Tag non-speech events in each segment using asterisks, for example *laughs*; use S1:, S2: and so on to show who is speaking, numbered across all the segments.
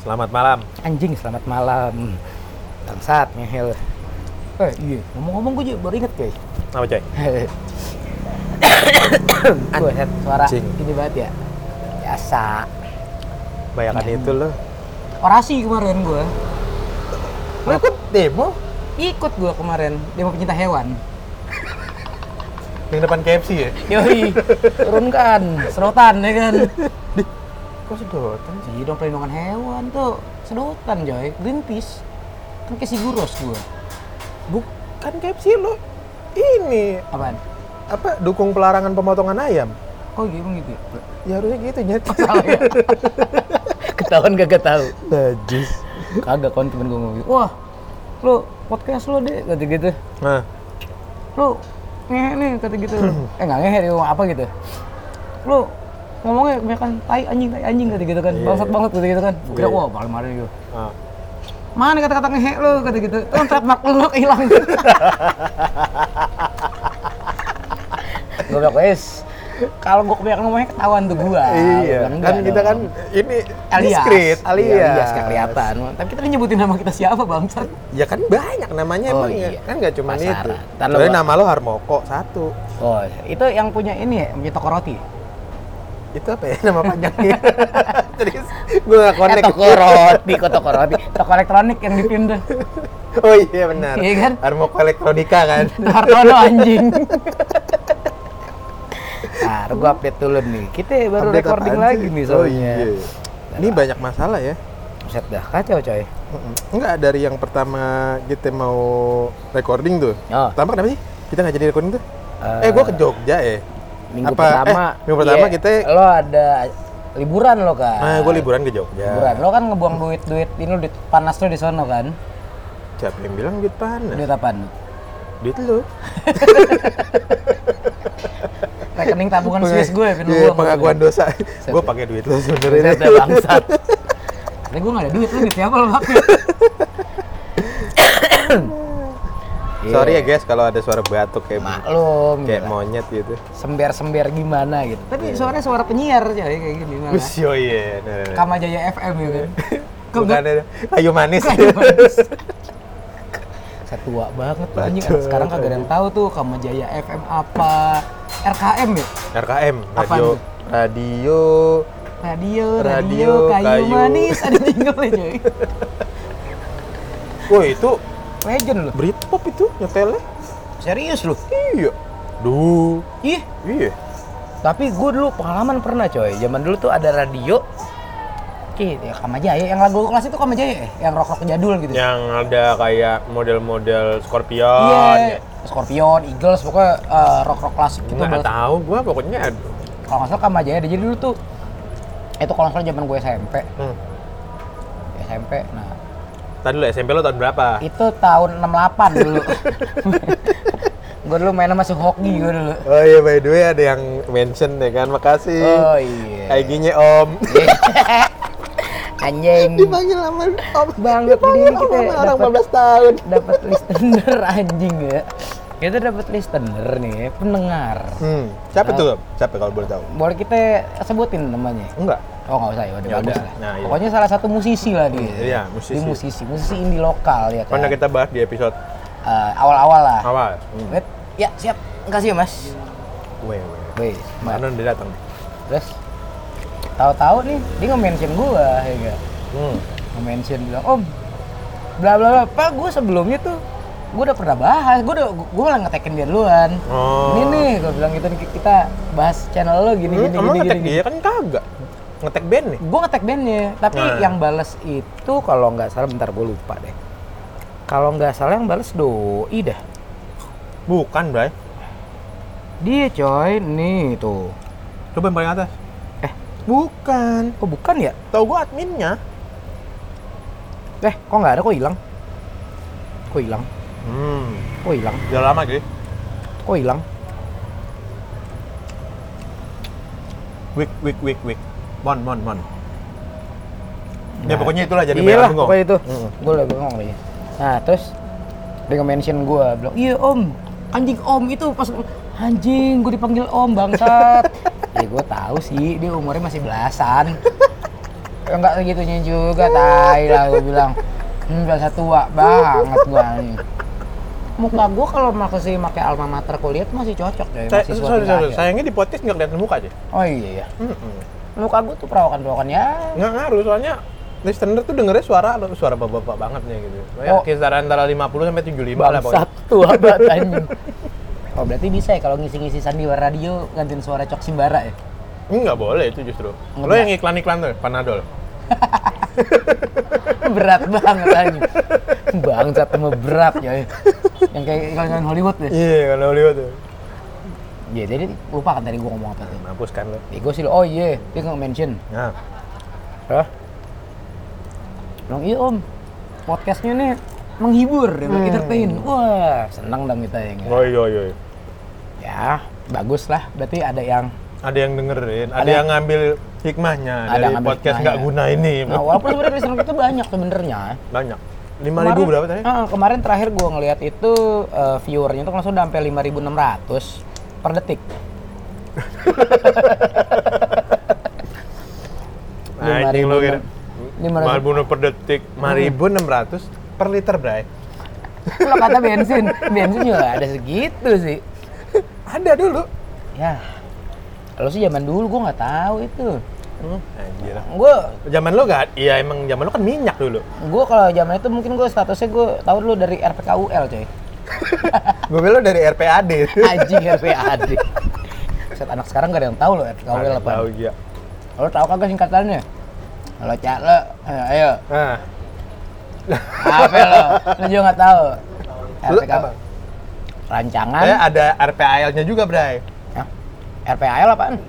S1: Selamat malam.
S2: Anjing, selamat malam. Bangsat, ngehel. Eh, iya. Ngomong-ngomong gue juga baru inget,
S1: *coughs*
S2: guys.
S1: Apa coy?
S2: gue suara
S1: Anjing.
S2: ini banget ya. Biasa.
S1: Bayakan itu lo.
S2: Orasi kemarin gue.
S1: Lo ikut demo
S2: Ikut gue kemarin. Demo pencinta hewan.
S1: yang depan KFC ya?
S2: Yoi, turunkan. Sedotan, ya kan?
S1: Kok sedotan sih?
S2: Iya dong, perlindungan hewan tuh. Sedotan, coy. Greenpeace. Kan kasih guros gue.
S1: Bukan KFC lo. Ini
S2: Apaan?
S1: apa dukung pelarangan pemotongan ayam?
S2: Oh iya, emang gitu ya?
S1: Ya harusnya gitu *laughs* nyet.
S2: Salah ya? *laughs* Ketahuan kagak tahu.
S1: Najis.
S2: kagak kan temen gue ngomong gitu, wah lu podcast lu deh kata gitu
S1: Nah,
S2: lu ngehe nih kata
S1: *laughs*
S2: gitu eh nggak ngehe dia ngomong apa gitu lu ngomongnya kebanyakan tai anjing tai anjing kata gitu kan
S1: Iya.
S2: bangsat banget kata gitu kan gue kira
S1: Iya.
S2: wah paling marah gitu
S1: ah.
S2: mana kata-kata ngehe lu kata gitu tuh trademark lu
S1: *laughs*
S2: hilang gue bilang wes kalau gue kebanyakan ngomongnya ketahuan tuh gua Gua
S1: iya.
S2: bilang,
S1: Kan
S2: "Enggak
S1: kita
S2: dong."
S1: kan ini
S2: alias
S1: diskret,
S2: Iya, alias nggak kelihatan tapi kita nyebutin nama kita siapa bangsat
S1: Ya kan banyak namanya
S2: Oh,
S1: emang ya.
S2: iya.
S1: Kan nggak cuma itu.
S2: Pasaran. Ntar lo-
S1: Soalnya nama lo Harmoko satu.
S2: Oh, itu yang punya ini ya, punya toko roti.
S1: Itu apa ya nama
S2: *laughs*
S1: panjangnya? Terus gue nggak connect.
S2: Eh, toko roti, kok toko roti? Toko elektronik yang dipindah.
S1: Oh iya benar.
S2: Iya kan?
S1: Harmoko Elektronika kan.
S2: Hartono anjing. Nah, gua update dulu nih. Kita baru
S1: Update
S2: recording
S1: apaan
S2: lagi
S1: sih?
S2: nih
S1: Oh,
S2: soalnya.
S1: iya. Ini banyak masalah ya.
S2: Buset dah, kacau coy.
S1: Mm-mm. Enggak dari yang pertama kita mau recording tuh.
S2: Oh.
S1: Pertama kenapa sih? Kita nggak jadi recording tuh?
S2: Eh,
S1: eh, gua ke Jogja ya.
S2: Minggu
S1: Apa-
S2: pertama,
S1: eh, minggu pertama
S2: iya,
S1: kita-
S2: lo ada liburan lo kan.
S1: Nah, gua liburan ke Jogja.
S2: Liburan. Lo kan ngebuang duit-duit ini lo duit panas lo di sono kan.
S1: Siapa yang bilang duit panas?
S2: Duit apaan?
S1: Duit lu.
S2: Rekening tabungan
S1: Penge-
S2: Swiss gue ya,
S1: Iya, pengakuan dosa. gua pakai duit lu sebenarnya.
S2: Buset dah, bangsat. Tapi gue gak ada duit, lu duit siapa lo pake?
S1: *coughs* Sorry ya guys kalau ada suara batuk kayak
S2: Iya. Maklum,
S1: kayak
S2: gila.
S1: monyet gitu.
S2: sember-sember gimana gitu. Tapi suaranya suara penyiar coy, kayak gini malah.
S1: Wis yo iya. Nah, nah, nah.
S2: Kama Jaya FM gitu
S1: *laughs*
S2: kan. Kok
S1: Bukan
S2: gak
S1: ada kayu manis.
S2: Setua banget tuh anjing.
S1: Bacot.
S2: Sekarang kagak ada yang tahu tuh Kama Jaya FM apa RKM ya?
S1: RKM
S2: Apaan
S1: radio
S2: tuh?
S1: radio
S2: Radio, radio,
S1: Radio,
S2: kayu,
S1: kayu.
S2: manis ada jingle coy.
S1: *laughs* Wah itu
S2: Legend lu.
S1: Britpop itu nyetelnya.
S2: Serius lu.
S1: Iya. Duh.
S2: Ih,
S1: Iya.
S2: Tapi gue dulu pengalaman pernah coy. Zaman dulu tuh ada radio. Ih, ya Kamajaya. Yang lagu kelas itu Kamajaya ya? Yang rock-rock jadul gitu.
S1: Yang ada kayak model-model Scorpion.
S2: Iya.
S1: ya.
S2: Scorpion, Eagles, pokoknya eh, rock-rock klasik gitu.
S1: Nggak
S2: banget.
S1: tahu gua pokoknya ada.
S2: Kalau nggak salah Kamajaya. ada. Jadi dulu tuh, itu kalau nggak salah zaman gue SMP.
S1: Hmm.
S2: SMP, nah
S1: Tadi lu SMP lo tahun berapa?
S2: itu tahun 68 *laughs* dulu. gue dulu main sama si Hoki gue dulu.
S1: Oh iya by the way ada yang mention ya kan. Makasih.
S2: Oh iya.
S1: IG-nya Om.
S2: Anjing.
S1: *laughs* Dipanggil sama Om. *laughs*
S2: Bangga
S1: Dipanggil
S2: gini kita
S1: sama orang
S2: dapet-
S1: 15 tahun.
S2: dapat listener *laughs* anjing ya. Kita dapat listener nih, pendengar.
S1: Hmm. Siapa tuh? Om? Siapa kalau boleh tahu?
S2: Boleh kita sebutin namanya?
S1: Enggak.
S2: Oh nggak usah ya, udah
S1: Ya
S2: bagus
S1: udah.
S2: lah.
S1: Nah, iya.
S2: Pokoknya salah satu musisi lah dia.
S1: iya, musisi.
S2: Dia musisi, musisi indie lokal ya kan.
S1: Pernah kita bahas di episode
S2: Eh, awal-awal lah.
S1: awal. Hmm.
S2: Wait, ya siap. Makasih ya mas.
S1: Weh, weh.
S2: Wih, Mas.
S1: Karena dia datang.
S2: Terus tahu-tahu nih dia nge-mention gua ya nggak?
S1: Hmm.
S2: nge-mention bilang om bla bla bla pak gue sebelumnya tuh gue udah pernah bahas gue udah gue malah ngetekin dia duluan
S1: Oh.
S2: ini nih gue bilang gitu "ki- kita bahas channel lo gini
S1: Lu
S2: gini
S1: Hmm? emang
S2: gini
S1: ngetek
S2: gini,
S1: dia kan kagak. Ngetek band nih.
S2: gue ngetek bandnya tapi
S1: Nah.
S2: yang bales itu kalau nggak salah bentar gue lupa deh kalau nggak salah yang bales doi dah
S1: Bukan, Bray.
S2: dia coy nih tuh
S1: Coba yang paling atas.
S2: Eh.
S1: bukan.
S2: kok bukan ya
S1: Tahu gua adminnya.
S2: eh kok nggak ada kok hilang kok hilang
S1: Hmm.
S2: kok hilang
S1: Udah lama sih.
S2: kok hilang
S1: Week, week, week, week. Mon, mon, mon. Ya pokoknya itulah jadi
S2: iya lah
S1: bengong.
S2: pokoknya itu
S1: Mm.
S2: gue udah bengong lagi nah terus dia nge-mention gue bilang iya om anjing om itu pas anjing gue
S1: *laughs*
S2: dipanggil om bangsat ya gue tahu sih dia umurnya masih belasan Ya enggak segitunya juga, tai lah gue bilang. Hmm, bahasa tua banget gua nih. Muka gua kalau masih pakai alma mater kuliah tuh masih cocok coy,
S1: Saya,
S2: masih
S1: sorry, sorry, sayangnya di podcast nggak kelihatan muka aja.
S2: Oh iya, iya.
S1: Mm-mm.
S2: Muka gua tuh perawakan-perawakan ya.
S1: Nggak ngaruh, soalnya listener tuh dengernya suara lo, suara bapak-bapak banget nih gitu. Ya,
S2: Oh.
S1: kisaran antara 50 sampai 75 lah pokoknya.
S2: Bangsat tua banget anjing. Oh berarti bisa ya kalau ngisi-ngisi sandiwara radio gantiin suara Cok Simbara ya? *laughs*
S1: Enggak boleh itu justru. Lo yang iklan-iklan tuh, Panadol.
S2: berat banget anjing. Bangsat sama berat coy. Yang kayak iklan Hollywood deh.
S1: Iya, kalau lihat tuh.
S2: Ya jadi lupa kan tadi gua ngomong apa tuh.
S1: Mampus kan lo.
S2: Bego sih lo. Oh iya, dia nggak mention.
S1: Nah,
S2: Hah? Bilang, iya om, podcastnya nih menghibur, ya, entertain. Wah, senang dong kita ya. nggak?
S1: oh iya, iya, iya.
S2: Ya, bagus lah. Berarti ada yang
S1: Ada yang dengerin, ada,
S2: Ada-
S1: yang ngambil hikmahnya
S2: Ada
S1: dari
S2: ngambil
S1: podcast nggak guna
S2: hikmahnya.
S1: ini.
S2: Nah, walaupun sebenarnya listener kita banyak sebenarnya.
S1: Banyak. 5000 berapa tadi?
S2: Eh, kemarin terakhir gua ngelihat itu eh, viewernya tuh langsung udah sampai 5600 per detik.
S1: *laughs* Anjing lo
S2: 5.000.
S1: kira. 5000
S2: 500.
S1: per detik, 5600 per liter, Bray.
S2: Kalau kata
S1: *laughs*
S2: bensin, bensin juga ada segitu sih.
S1: Ada dulu.
S2: Ya. Kalau sih zaman dulu gua nggak tahu itu.
S1: Hmm, anjir.
S2: Gua
S1: Zaman lo gak? Iya emang zaman lo kan minyak dulu.
S2: gue kalau zaman itu mungkin gue statusnya gue tahu dulu dari RPKUL
S1: *laughs*
S2: coy
S1: Gue bilang dari RPAD.
S2: anjing RPAD set anak sekarang gak ada yang tahu loh RPKUL apa
S1: Tahu iya.
S2: lo tahu kagak singkatannya lo cak lo ayo, ayo.
S1: Nah,
S2: apa lo lo juga nggak tahu
S1: Lo
S2: RPKUL
S1: apa? Eh,
S2: rancangan Ya.
S1: saya ada RPAL-nya juga, Bray.
S2: Hah? RPAL apaan ya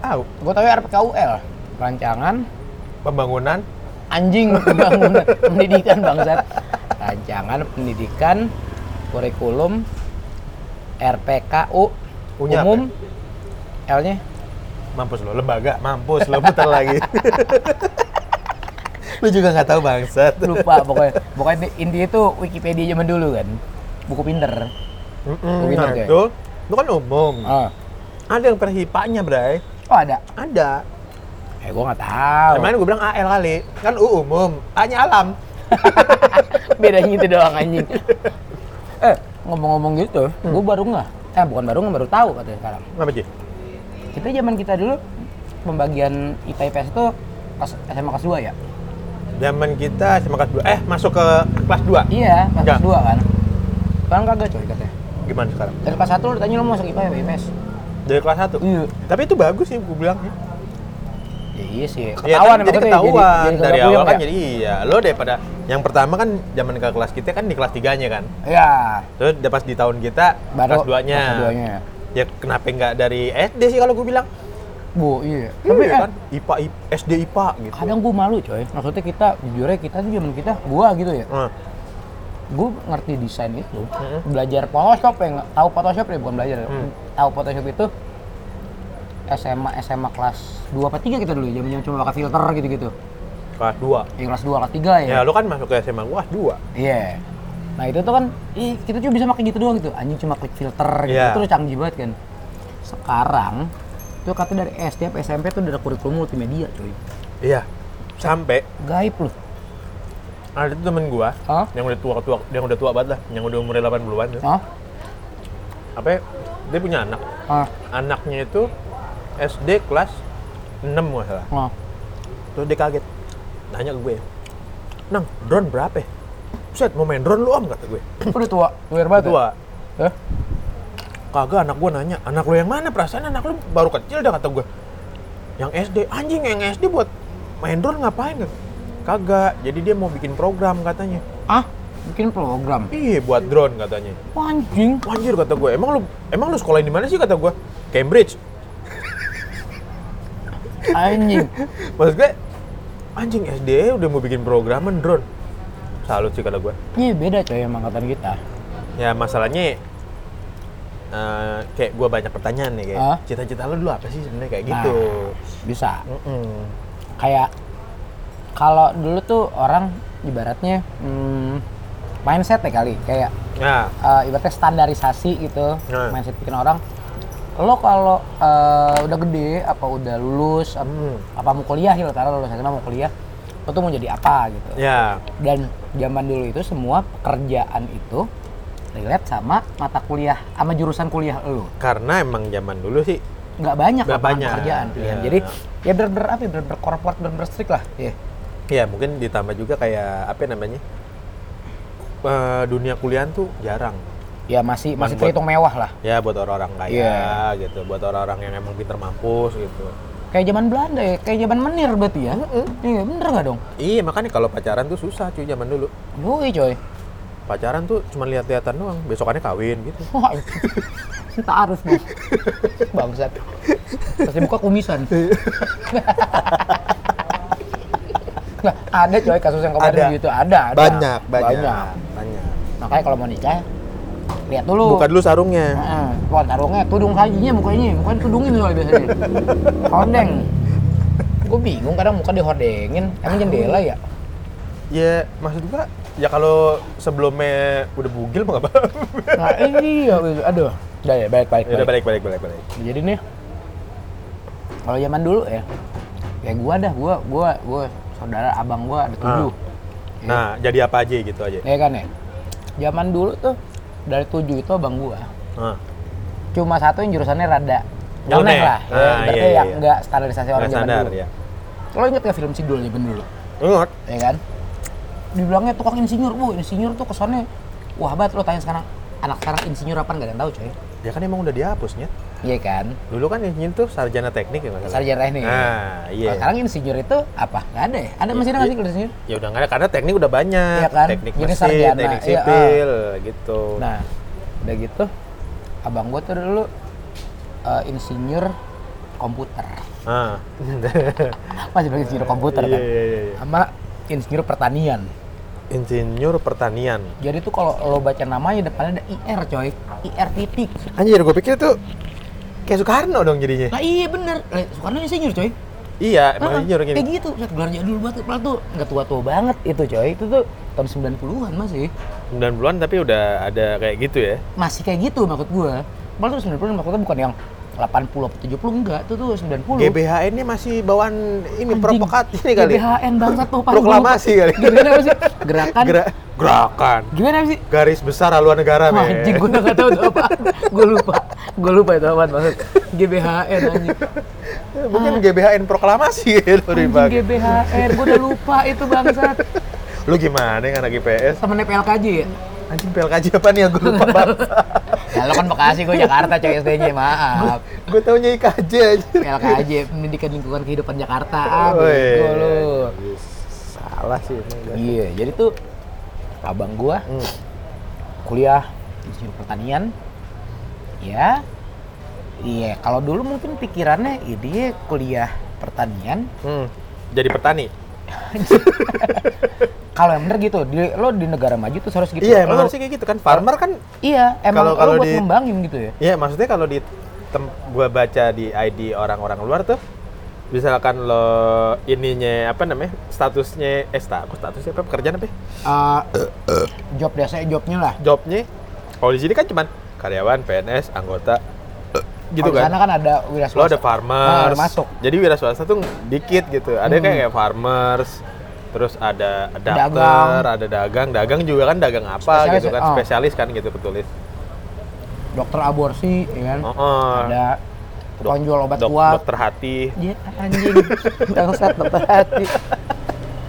S1: Tahu.
S2: gue tahu RPKUL rancangan
S1: Pembangunan
S2: anjing
S1: *laughs*
S2: pembangunan pendidikan bangsat rancangan pendidikan kurikulum RPKU
S1: Punya apa?
S2: umum L-nya
S1: mampus lo lembaga mampus lo *laughs* putar lagi lu juga nggak tahu bangsat
S2: lupa pokoknya pokoknya di- intinya itu Wikipedia zaman dulu kan buku pinter
S1: Mm-mm,
S2: Begitu,
S1: nah
S2: Jay.
S1: itu itu kan umum
S2: oh,
S1: ada yang perhipanya bray
S2: oh ada
S1: ada
S2: eh gua nggak tahu
S1: kemarin gue bilang AL kali kan U umum A nya alam
S2: bedanya itu doang anjing *laughs* eh ngomong-ngomong gitu gua baru nggak eh bukan baru nggak baru tahu katanya sekarang
S1: apa sih
S2: kita zaman kita dulu pembagian IPA IPS itu pas SMA kelas 2 ya
S1: zaman kita SMA kelas 2 eh masuk ke kelas
S2: iya pas
S1: Enggak.
S2: kelas 2 kan sekarang kagak coy katanya
S1: 2 gimana sekarang
S2: dari kelas 1 lu tanya lu mau masuk IPA IPS
S1: dari kelas 1
S2: iya
S1: tapi itu bagus sih gue bilang
S2: ya, iya sih
S1: Ya,
S2: ketahuan
S1: tapi jadi
S2: emang katanya
S1: ketahuan dari
S2: kagak
S1: awal
S2: puyeng
S1: kan
S2: ya?
S1: jadi iya lo daripada yang pertama kan zaman ke kelas kita kan di kelas 3 nya kan
S2: iya
S1: terus udah pas di tahun kita
S2: baru
S1: kelas 2 nya
S2: kelas 2 nya
S1: ya kenapa nggak dari SD sih kalau gue bilang
S2: Bu, iya.
S1: tapi
S2: Tapi eh,
S1: kan IPA, I- SD IPA gitu
S2: kadang gue malu coy. Maksudnya kita, jujurnya kita tuh zaman kita, gua gitu ya.
S1: Nah,
S2: Gue ngerti desain itu. Belajar Photoshop ya, nggak- tahu Photoshop ya bukan belajar. ya.
S1: Hmm.
S2: Tahu Photoshop itu SMA SMA kelas 2 apa 3 kita dulu ya, zaman cuma pakai filter gitu-gitu.
S1: kelas 2
S2: Ya, kelas 2 kelas 3 ya.
S1: ya lu kan masuk ke SMA gua kelas 2
S2: Iya. Nah, itu tuh kan ih, kita cuma bisa pakai gitu doang gitu. Anjing cuma klik filter gitu.
S1: Iya.
S2: Itu udah canggih banget kan. Sekarang itu katanya dari SD sampai SMP tuh udah ada kurikulum multimedia coy.
S1: iya sampai
S2: Gaib loh.
S1: ada tuh temen gua
S2: Hah?
S1: yang udah tua tua yang udah tua banget lah yang udah umur 80-an tuh
S2: Hah?
S1: apa ya, dia punya anak
S2: Hah?
S1: anaknya itu SD kelas 6 nggak salah
S2: Hah?
S1: terus dia kaget nanya ke gue nang drone berapa ya? Set, mau main drone lu om kata gue
S2: Udah tua, luar banget. ya?
S1: tua
S2: Hah?
S1: kagak anak gue nanya anak lo yang mana perasaan anak lo baru kecil dah kata gue yang SD anjing yang SD buat main drone ngapain kan kagak jadi dia mau bikin program katanya
S2: Ah, bikin program.
S1: iya buat drone katanya
S2: Wah, Anjing.
S1: "Wah, anjir kata gue emang lu emang lu sekolah di mana sih kata gue Cambridge
S2: Anjing.
S1: maksud gue anjing SD udah mau bikin programan drone salut sih kata gue
S2: Iya beda coy sama angkatan kita.
S1: ya masalahnya eh, kayak gue banyak pertanyaan nih kayak
S2: Hah?
S1: cita-cita lo dulu apa sih sebenarnya kayak gitu
S2: Bisa.
S1: Mm-mm.
S2: Kayak kalau dulu tuh orang ibaratnya hmm, mindset ya kali kayak
S1: Nah,
S2: eh, ibaratnya standarisasi gitu
S1: Nah.
S2: mindset bikin orang lo kalau eh, udah gede apa udah lulus ap-
S1: Hmm.
S2: apa mau kuliah ya karena lulus SMA mau kuliah lo tuh mau jadi apa gitu
S1: Ya,
S2: dan zaman dulu itu semua pekerjaan itu relate sama mata kuliah sama jurusan kuliah lo
S1: karena emang zaman dulu sih
S2: nggak banyak
S1: Nggak
S2: lapangan
S1: banyak,
S2: pekerjaan pilihan.
S1: ya.
S2: jadi ya bener bener apa ya bener bener korporat bener bener strict lah Iya.
S1: ya mungkin ditambah juga kayak apa namanya? eh, dunia kuliah tuh jarang.
S2: ya masih
S1: Cuman
S2: masih
S1: buat-
S2: terhitung mewah lah
S1: Ya buat orang-orang kaya
S2: Iya.
S1: gitu, buat orang-orang yang emang pinter mampus gitu.
S2: kayak zaman Belanda ya kayak zaman menir berarti ya iya bener nggak dong
S1: Iya, makanya kalau pacaran tuh susah cuy zaman dulu.
S2: Yoi coy
S1: Pacaran tuh cuma lihat-lihatan doang, besokannya kawin gitu.
S2: Wah, harus dong. Bangsat. Pas dibuka kumisan. nah, ada coy kasus yang kemarin
S1: Ada.
S2: gitu, ada, ada.
S1: Banyak, banyak, banyak.
S2: Makanya kalau mau nikah, lihat dulu.
S1: Buka dulu sarungnya.
S2: Heeh. Wah, tarungnya, tudung kajinya mukanya, mukanya tudungin soalnya *laughs* biasanya. Hordeng. Gue bingung kadang muka dihordengin, emang jendela ya?
S1: Ya, maksud gua ya kalau sebelumnya udah bugil mah nggak apa-apa.
S2: Nah, iya, gitu. aduh. Udah ya, baik-baik.
S1: Ya udah balik balik balik balik.
S2: jadi nih kalau zaman dulu ya ya gua dah gua gua gua saudara abang gua ada tujuh
S1: Nah, jadi apa aja gitu aja.
S2: ya kan ya zaman dulu tuh dari tujuh itu abang gua
S1: Nah,
S2: cuma satu yang jurusannya rada
S1: Nyeleneh.
S2: nyeleneh lah ya,
S1: Ah,
S2: ibaratnya
S1: iya, iya,
S2: yang
S1: iya.
S2: nggak standarisasi orang
S1: nggak
S2: zaman
S1: standar
S2: dulu
S1: ya.
S2: lo inget gak film Sidul zaman dulu
S1: Ingat.
S2: ya kan dibilangnya tukang insinyur bu insinyur tuh kesannya wah banget lo tanya sekarang anak sekarang insinyur apa nggak ada yang tahu coy
S1: Ya kan emang udah dihapusnya.
S2: iya kan
S1: Dulu kan insinyur tuh sarjana teknik ya masalah.
S2: sarjana teknik
S1: Nah, iya.
S2: Kalau sekarang insinyur itu apa? Nggak ada ya? Ada masih ada nggak sih kalau insinyur?
S1: Ya udah nggak ada karena teknik udah banyak.
S2: Iya kan?
S1: Teknik
S2: Jadi
S1: mesin,
S2: sarjana,
S1: teknik
S2: iya,
S1: sipil gitu.
S2: Nah, udah gitu, abang gue tuh dulu eh, insinyur komputer.
S1: Ah.
S2: Masih bilang insinyur komputer
S1: Iya,
S2: kan?
S1: iya, iya, iya.
S2: Sama insinyur pertanian.
S1: Insinyur pertanian.
S2: Jadi tuh kalau lo baca namanya depannya ada IR coy, IR titik.
S1: Anjir, gue pikir tuh kayak Soekarno dong jadinya.
S2: Nah iya bener, Lah, Soekarno insinyur coy.
S1: Iya, emang
S2: Ah,
S1: insinyur gini.
S2: Kayak gitu, Set, gelar jadul banget, padahal tuh nggak tua-tua banget itu coy. Itu tuh tahun 90-an masih.
S1: 90-an tapi udah ada kayak gitu ya.
S2: Masih kayak gitu maksud gue. Padahal tuh 90-an maksudnya bukan yang 80 atau 70 enggak, itu tuh 90.
S1: GBHN ini masih bawaan ini provokat ini
S2: Anjing,
S1: kali.
S2: GBHN banget tuh Pak.
S1: Proklamasi kali.
S2: Gimana sih? Gerakan.
S1: Gerak- gerakan
S2: Gimana sih?
S1: garis besar haluan negara,
S2: Wah,
S1: men.
S2: anjing gue gak tau itu apa. Gue lupa. Gue lupa itu apa maksud. GBHN anjing.
S1: Mungkin GBHN proklamasi gitu
S2: Ah. Anjing
S1: dipakai.
S2: GBHN, gue udah lupa itu bangsat.
S1: Lu gimana yang anak IPS?
S2: Temennya PLKJ ya?
S1: Anjing PLKJ apa nih yang gue lupa
S2: *laughs*
S1: banget.
S2: Ya lo kan Bekasi, gue Jakarta coy SD-nya, maaf.
S1: gue taunya IKJ aja.
S2: PLKJ, Pendidikan Lingkungan Kehidupan Jakarta. Ah,
S1: Woi.
S2: bego lu.
S1: iya. Salah sih emang gua.
S2: Iya, jadi tuh abang gua
S1: Hmm.
S2: kuliah insinyur pertanian ya iya kalau dulu mungkin pikirannya ya dia kuliah pertanian
S1: Hmm. Jadi petani.
S2: kalau yang bener gitu di, lo di negara maju tuh harus gitu
S1: Iya, emang
S2: Lo-
S1: harusnya kayak gitu kan. Farmer kan
S2: iya emang
S1: Kalau- kalau
S2: lo buat
S1: di-
S2: ngembangin gitu ya
S1: ya maksudnya kalau di tem- gua baca di ID orang-orang luar tuh misalkan lo ininya apa namanya statusnya eh status statusnya apa pekerjaan apa ya?
S2: Eh, job desa jobnya lah
S1: jobnya kalau di sini kan cuman karyawan PNS anggota gitu
S2: Kalau di sana
S1: kan
S2: kan ada wira
S1: lo ada
S2: swasta.
S1: farmers
S2: Nah, masuk Hmm.
S1: jadi wira swasta tuh dikit gitu ada kayak kayak farmers terus ada adapter,
S2: Dagang.
S1: ada dagang, dagang juga kan dagang apa
S2: Spesialis
S1: gitu kan,
S2: ya? Oh.
S1: spesialis kan gitu ketulis.
S2: dokter aborsi ya kan
S1: Oh, oh.
S2: ada tukang
S1: Dok-
S2: jual obat
S1: dok-
S2: kuat
S1: Dokter hati,
S2: Iya, anjing bangsat dokter hati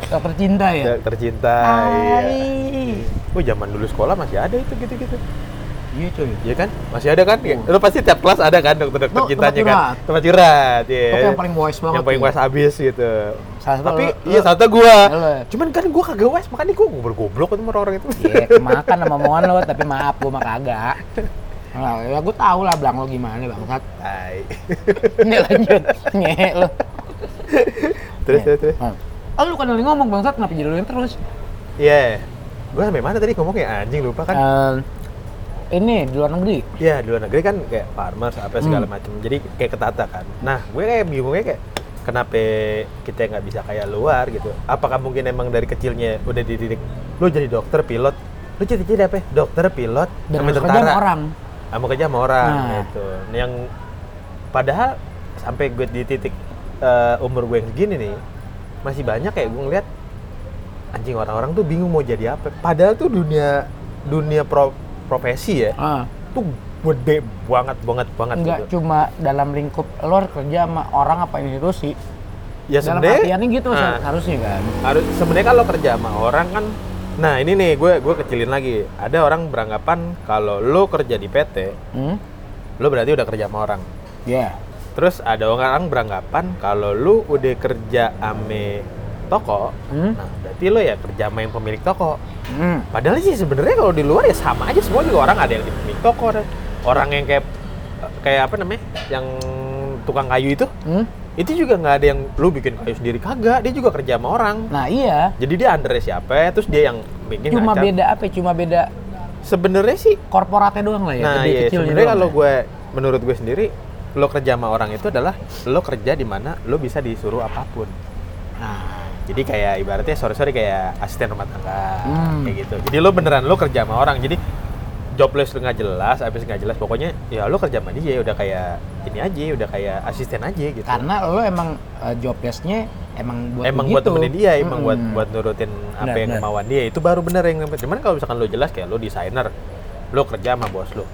S2: dokter cinta ya
S1: dokter cinta. Iya.
S2: Hai.
S1: Wih, zaman dulu sekolah masih ada itu gitu-gitu.
S2: Iya coy.
S1: Iya kan? Masih ada kan?
S2: Hmm.
S1: Lo pasti tiap kelas ada kan dokter-dokter
S2: Tuh,
S1: cintanya
S2: tempat
S1: kan?
S2: curhat.
S1: Tempat curhat, iya.
S2: Tapi yang paling wise banget.
S1: yang paling
S2: nih.
S1: wise abis gitu.
S2: Salah satu
S1: Tapi
S2: lo-
S1: iya
S2: lo-
S1: satu gua.
S2: Lo.
S1: Cuman kan gua kagak wise, makanya gua goblok-goblok sama orang-orang itu. *laughs*
S2: Iya, kemakan sama omongan lo, tapi maaf gue mah kagak. Nah, ya gue tau lah belang lo gimana bangsat. *laughs*
S1: Tai.
S2: Ini lanjut. Ngehe lo.
S1: terus terus terus.
S2: Hmm. Oh, lu kan lagi ngomong bangsat, kenapa jadi lu yang terus?
S1: Iya. Gua sampai mana tadi ngomongnya anjing lupa kan?
S2: Ehm, ini di luar negeri.
S1: Iya, di luar negeri kan kayak farmers apa segala
S2: Hmm.
S1: macam. Jadi kayak ketata kan. Nah, gue kayak bingungnya kayak kenapa kita nggak bisa kayak luar gitu. Apakah mungkin emang dari kecilnya udah dididik lu jadi dokter, pilot. Lu cita-cita apa? ya? Dokter, pilot,
S2: Dan harus kerja sama orang.
S1: Kamu kerja sama orang
S2: Nah.
S1: gitu. Yang Padahal sampai gue di titik eh, umur gue yang segini nih, masih banyak kayak gue ngeliat anjing orang-orang tuh bingung mau jadi apa. Padahal tuh dunia dunia pro- profesi ya,
S2: Ah,
S1: tuh gede banget banget banget
S2: nggak
S1: gitu.
S2: cuma dalam lingkup luar kerja sama orang apa institusi.
S1: Ya
S2: dalam
S1: sebenarnya-
S2: artiannya gitu
S1: Ah.
S2: harusnya kan.
S1: harus sebenarnya kalau kerja sama orang kan nah ini nih gue gue kecilin lagi ada orang beranggapan kalau lo kerja di PT
S2: Hmm?
S1: lo berarti udah kerja sama orang
S2: Ya.
S1: terus ada orang beranggapan kalau lo udah kerja ame toko
S2: Hmm?
S1: nah berarti lo ya kerja sama yang pemilik toko
S2: Hmm.
S1: padahal sih sebenarnya kalau di luar ya sama aja semua juga orang ada yang di pemilik toko ada orang yang kayak kayak apa namanya yang tukang kayu itu
S2: Hmm?
S1: itu juga nggak ada yang lu bikin kayu sendiri kagak dia juga kerja sama orang
S2: Nah iya.
S1: Jadi dia under siapa, terus dia yang bikin
S2: Cuma
S1: acak.
S2: beda apa? ya? Cuma beda
S1: Sebenarnya sih,
S2: korporatnya doang lah ya.
S1: nah
S2: gede
S1: iya,
S2: kecilnya
S1: sebenarnya
S2: doang
S1: kalau
S2: ya.
S1: gue, menurut gue sendiri, lo kerja sama orang itu adalah lo kerja di mana lo bisa disuruh apapun.
S2: Nah,
S1: Jadi kayak ibaratnya sorry sorry kayak asisten rumah tangga
S2: Hmm.
S1: kayak gitu. Jadi lo beneran lo kerja sama orang. Jadi jobless lo nggak jelas, habis nggak jelas. Pokoknya ya lo kerja sama dia udah kayak ini aja, udah kayak asisten aja gitu.
S2: karena lo emang eh, job desk-nya emang buat
S1: emang buat
S2: begitu.
S1: temenin dia, emang buat
S2: Mm-mm.
S1: buat nurutin apa
S2: Benar,
S1: yang
S2: benar.
S1: kemauan dia. Itu baru bener yang cuman kalau misalkan lo jelas kayak lo desainer, lo kerja sama bos lo.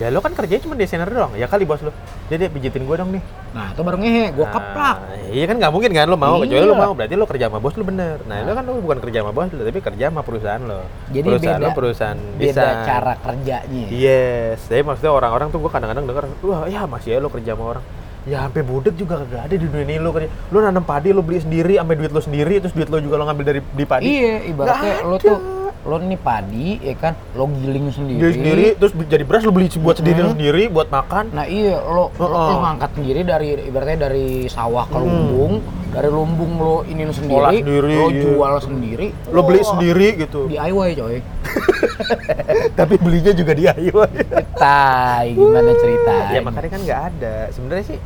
S1: Ya lo kan kerjanya cuma desainer doang. Ya kali bos lo. Jadi pijitin gue dong nih.
S2: Nah, itu baru ngehe, gue
S1: Nah,
S2: keplak.
S1: Iya kan nggak mungkin kan lo mau, kecuali
S2: Iya.
S1: lo mau berarti lo kerja sama bos lo bener. Nah, lo kan lo bukan kerja sama bos lo, tapi kerja sama perusahaan lo.
S2: Jadi
S1: perusahaan
S2: beda-
S1: lo perusahaan Iya,
S2: Beda
S1: desain.
S2: cara kerjanya.
S1: Yes, tapi maksudnya orang-orang tuh gue kadang-kadang denger, wah ya masih ya lo kerja sama orang. Ya sampai budek juga kagak ada di dunia ini lo kerja. Lo nanam padi, lo beli sendiri, sampai duit lo sendiri, terus duit lo juga lo ngambil dari di padi.
S2: Iya, ibaratnya
S1: Nggak
S2: lo
S1: ada.
S2: tuh lo nih padi ya kan, lo giling sendiri.
S1: Dia sendiri, terus jadi beras lo beli buat sendiri lo
S2: Mm.
S1: sendiri, buat makan.
S2: Nah iya, lo, lo,
S1: Heeh.
S2: lo ngangkat sendiri dari ibaratnya dari sawah ke lumbung, dari lumbung lo ini
S1: Olah
S2: sendiri,
S1: sendiri,
S2: lo
S1: iya.
S2: jual sendiri,
S1: Lo beli
S2: wah, Iya.
S1: sendiri gitu.
S2: DIY coy.
S1: *laughs* Tapi belinya juga di DIY.
S2: Tai, gimana cerita?
S1: ya makanya kan nggak ada. Sebenarnya sih,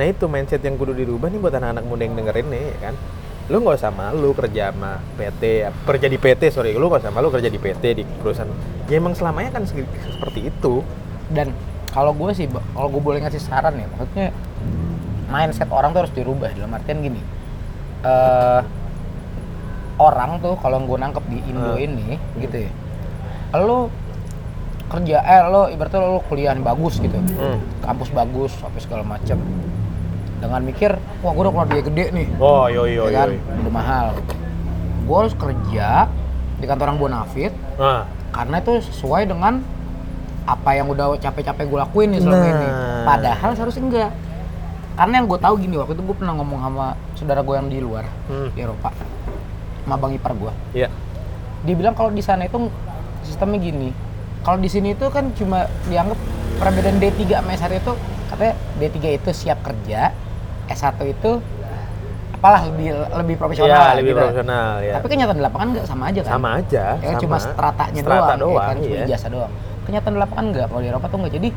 S1: nah itu mindset yang kudu dirubah nih buat anak-anak muda yang dengerin nih, ya kan. Lu nggak usah malu kerja sama PT, kerja di PT, sorry. Lu nggak usah malu kerja di PT, di perusahaan. Ya emang selamanya kan se- seperti itu.
S2: Dan kalau gue sih, Ba- kalau gue boleh ngasih saran ya, maksudnya mindset orang tuh harus dirubah dalam artian gini. eh orang tuh kalau gue nangkep di Indo
S1: Hmm.
S2: ini gitu ya, lo kerja eh lo ibaratnya lo kuliahan bagus gitu,
S1: Hmm.
S2: kampus bagus apa segala macem dengan mikir wah gue udah keluar biaya gede nih
S1: Oh, yo yo
S2: ya
S1: yo.
S2: kan udah mahal gue harus kerja di kantor orang Bonafit
S1: Nah,
S2: karena itu sesuai dengan apa yang udah capek-capek gue lakuin nih selama
S1: Nah.
S2: ini padahal seharusnya enggak karena yang gue tahu gini waktu itu gue pernah ngomong sama saudara gue yang di luar
S1: Hmm.
S2: di Eropa sama bang ipar gue
S1: ya.
S2: dia bilang kalau di sana itu sistemnya gini kalau di sini itu kan cuma dianggap perbedaan D3 sama S1 itu katanya D3 itu siap kerja S1 itu apalah lebih lebih profesional
S1: Iya,
S2: lah
S1: lebih
S2: gitu.
S1: profesional ya.
S2: tapi kenyataan di lapangan nggak sama aja kan
S1: sama aja,
S2: ya kan
S1: sama.
S2: cuma stratanya
S1: Strata
S2: doang, ya kan cuma
S1: iya.
S2: ijazah doang kenyataan di lapangan nggak kalau di Eropa tuh nggak jadi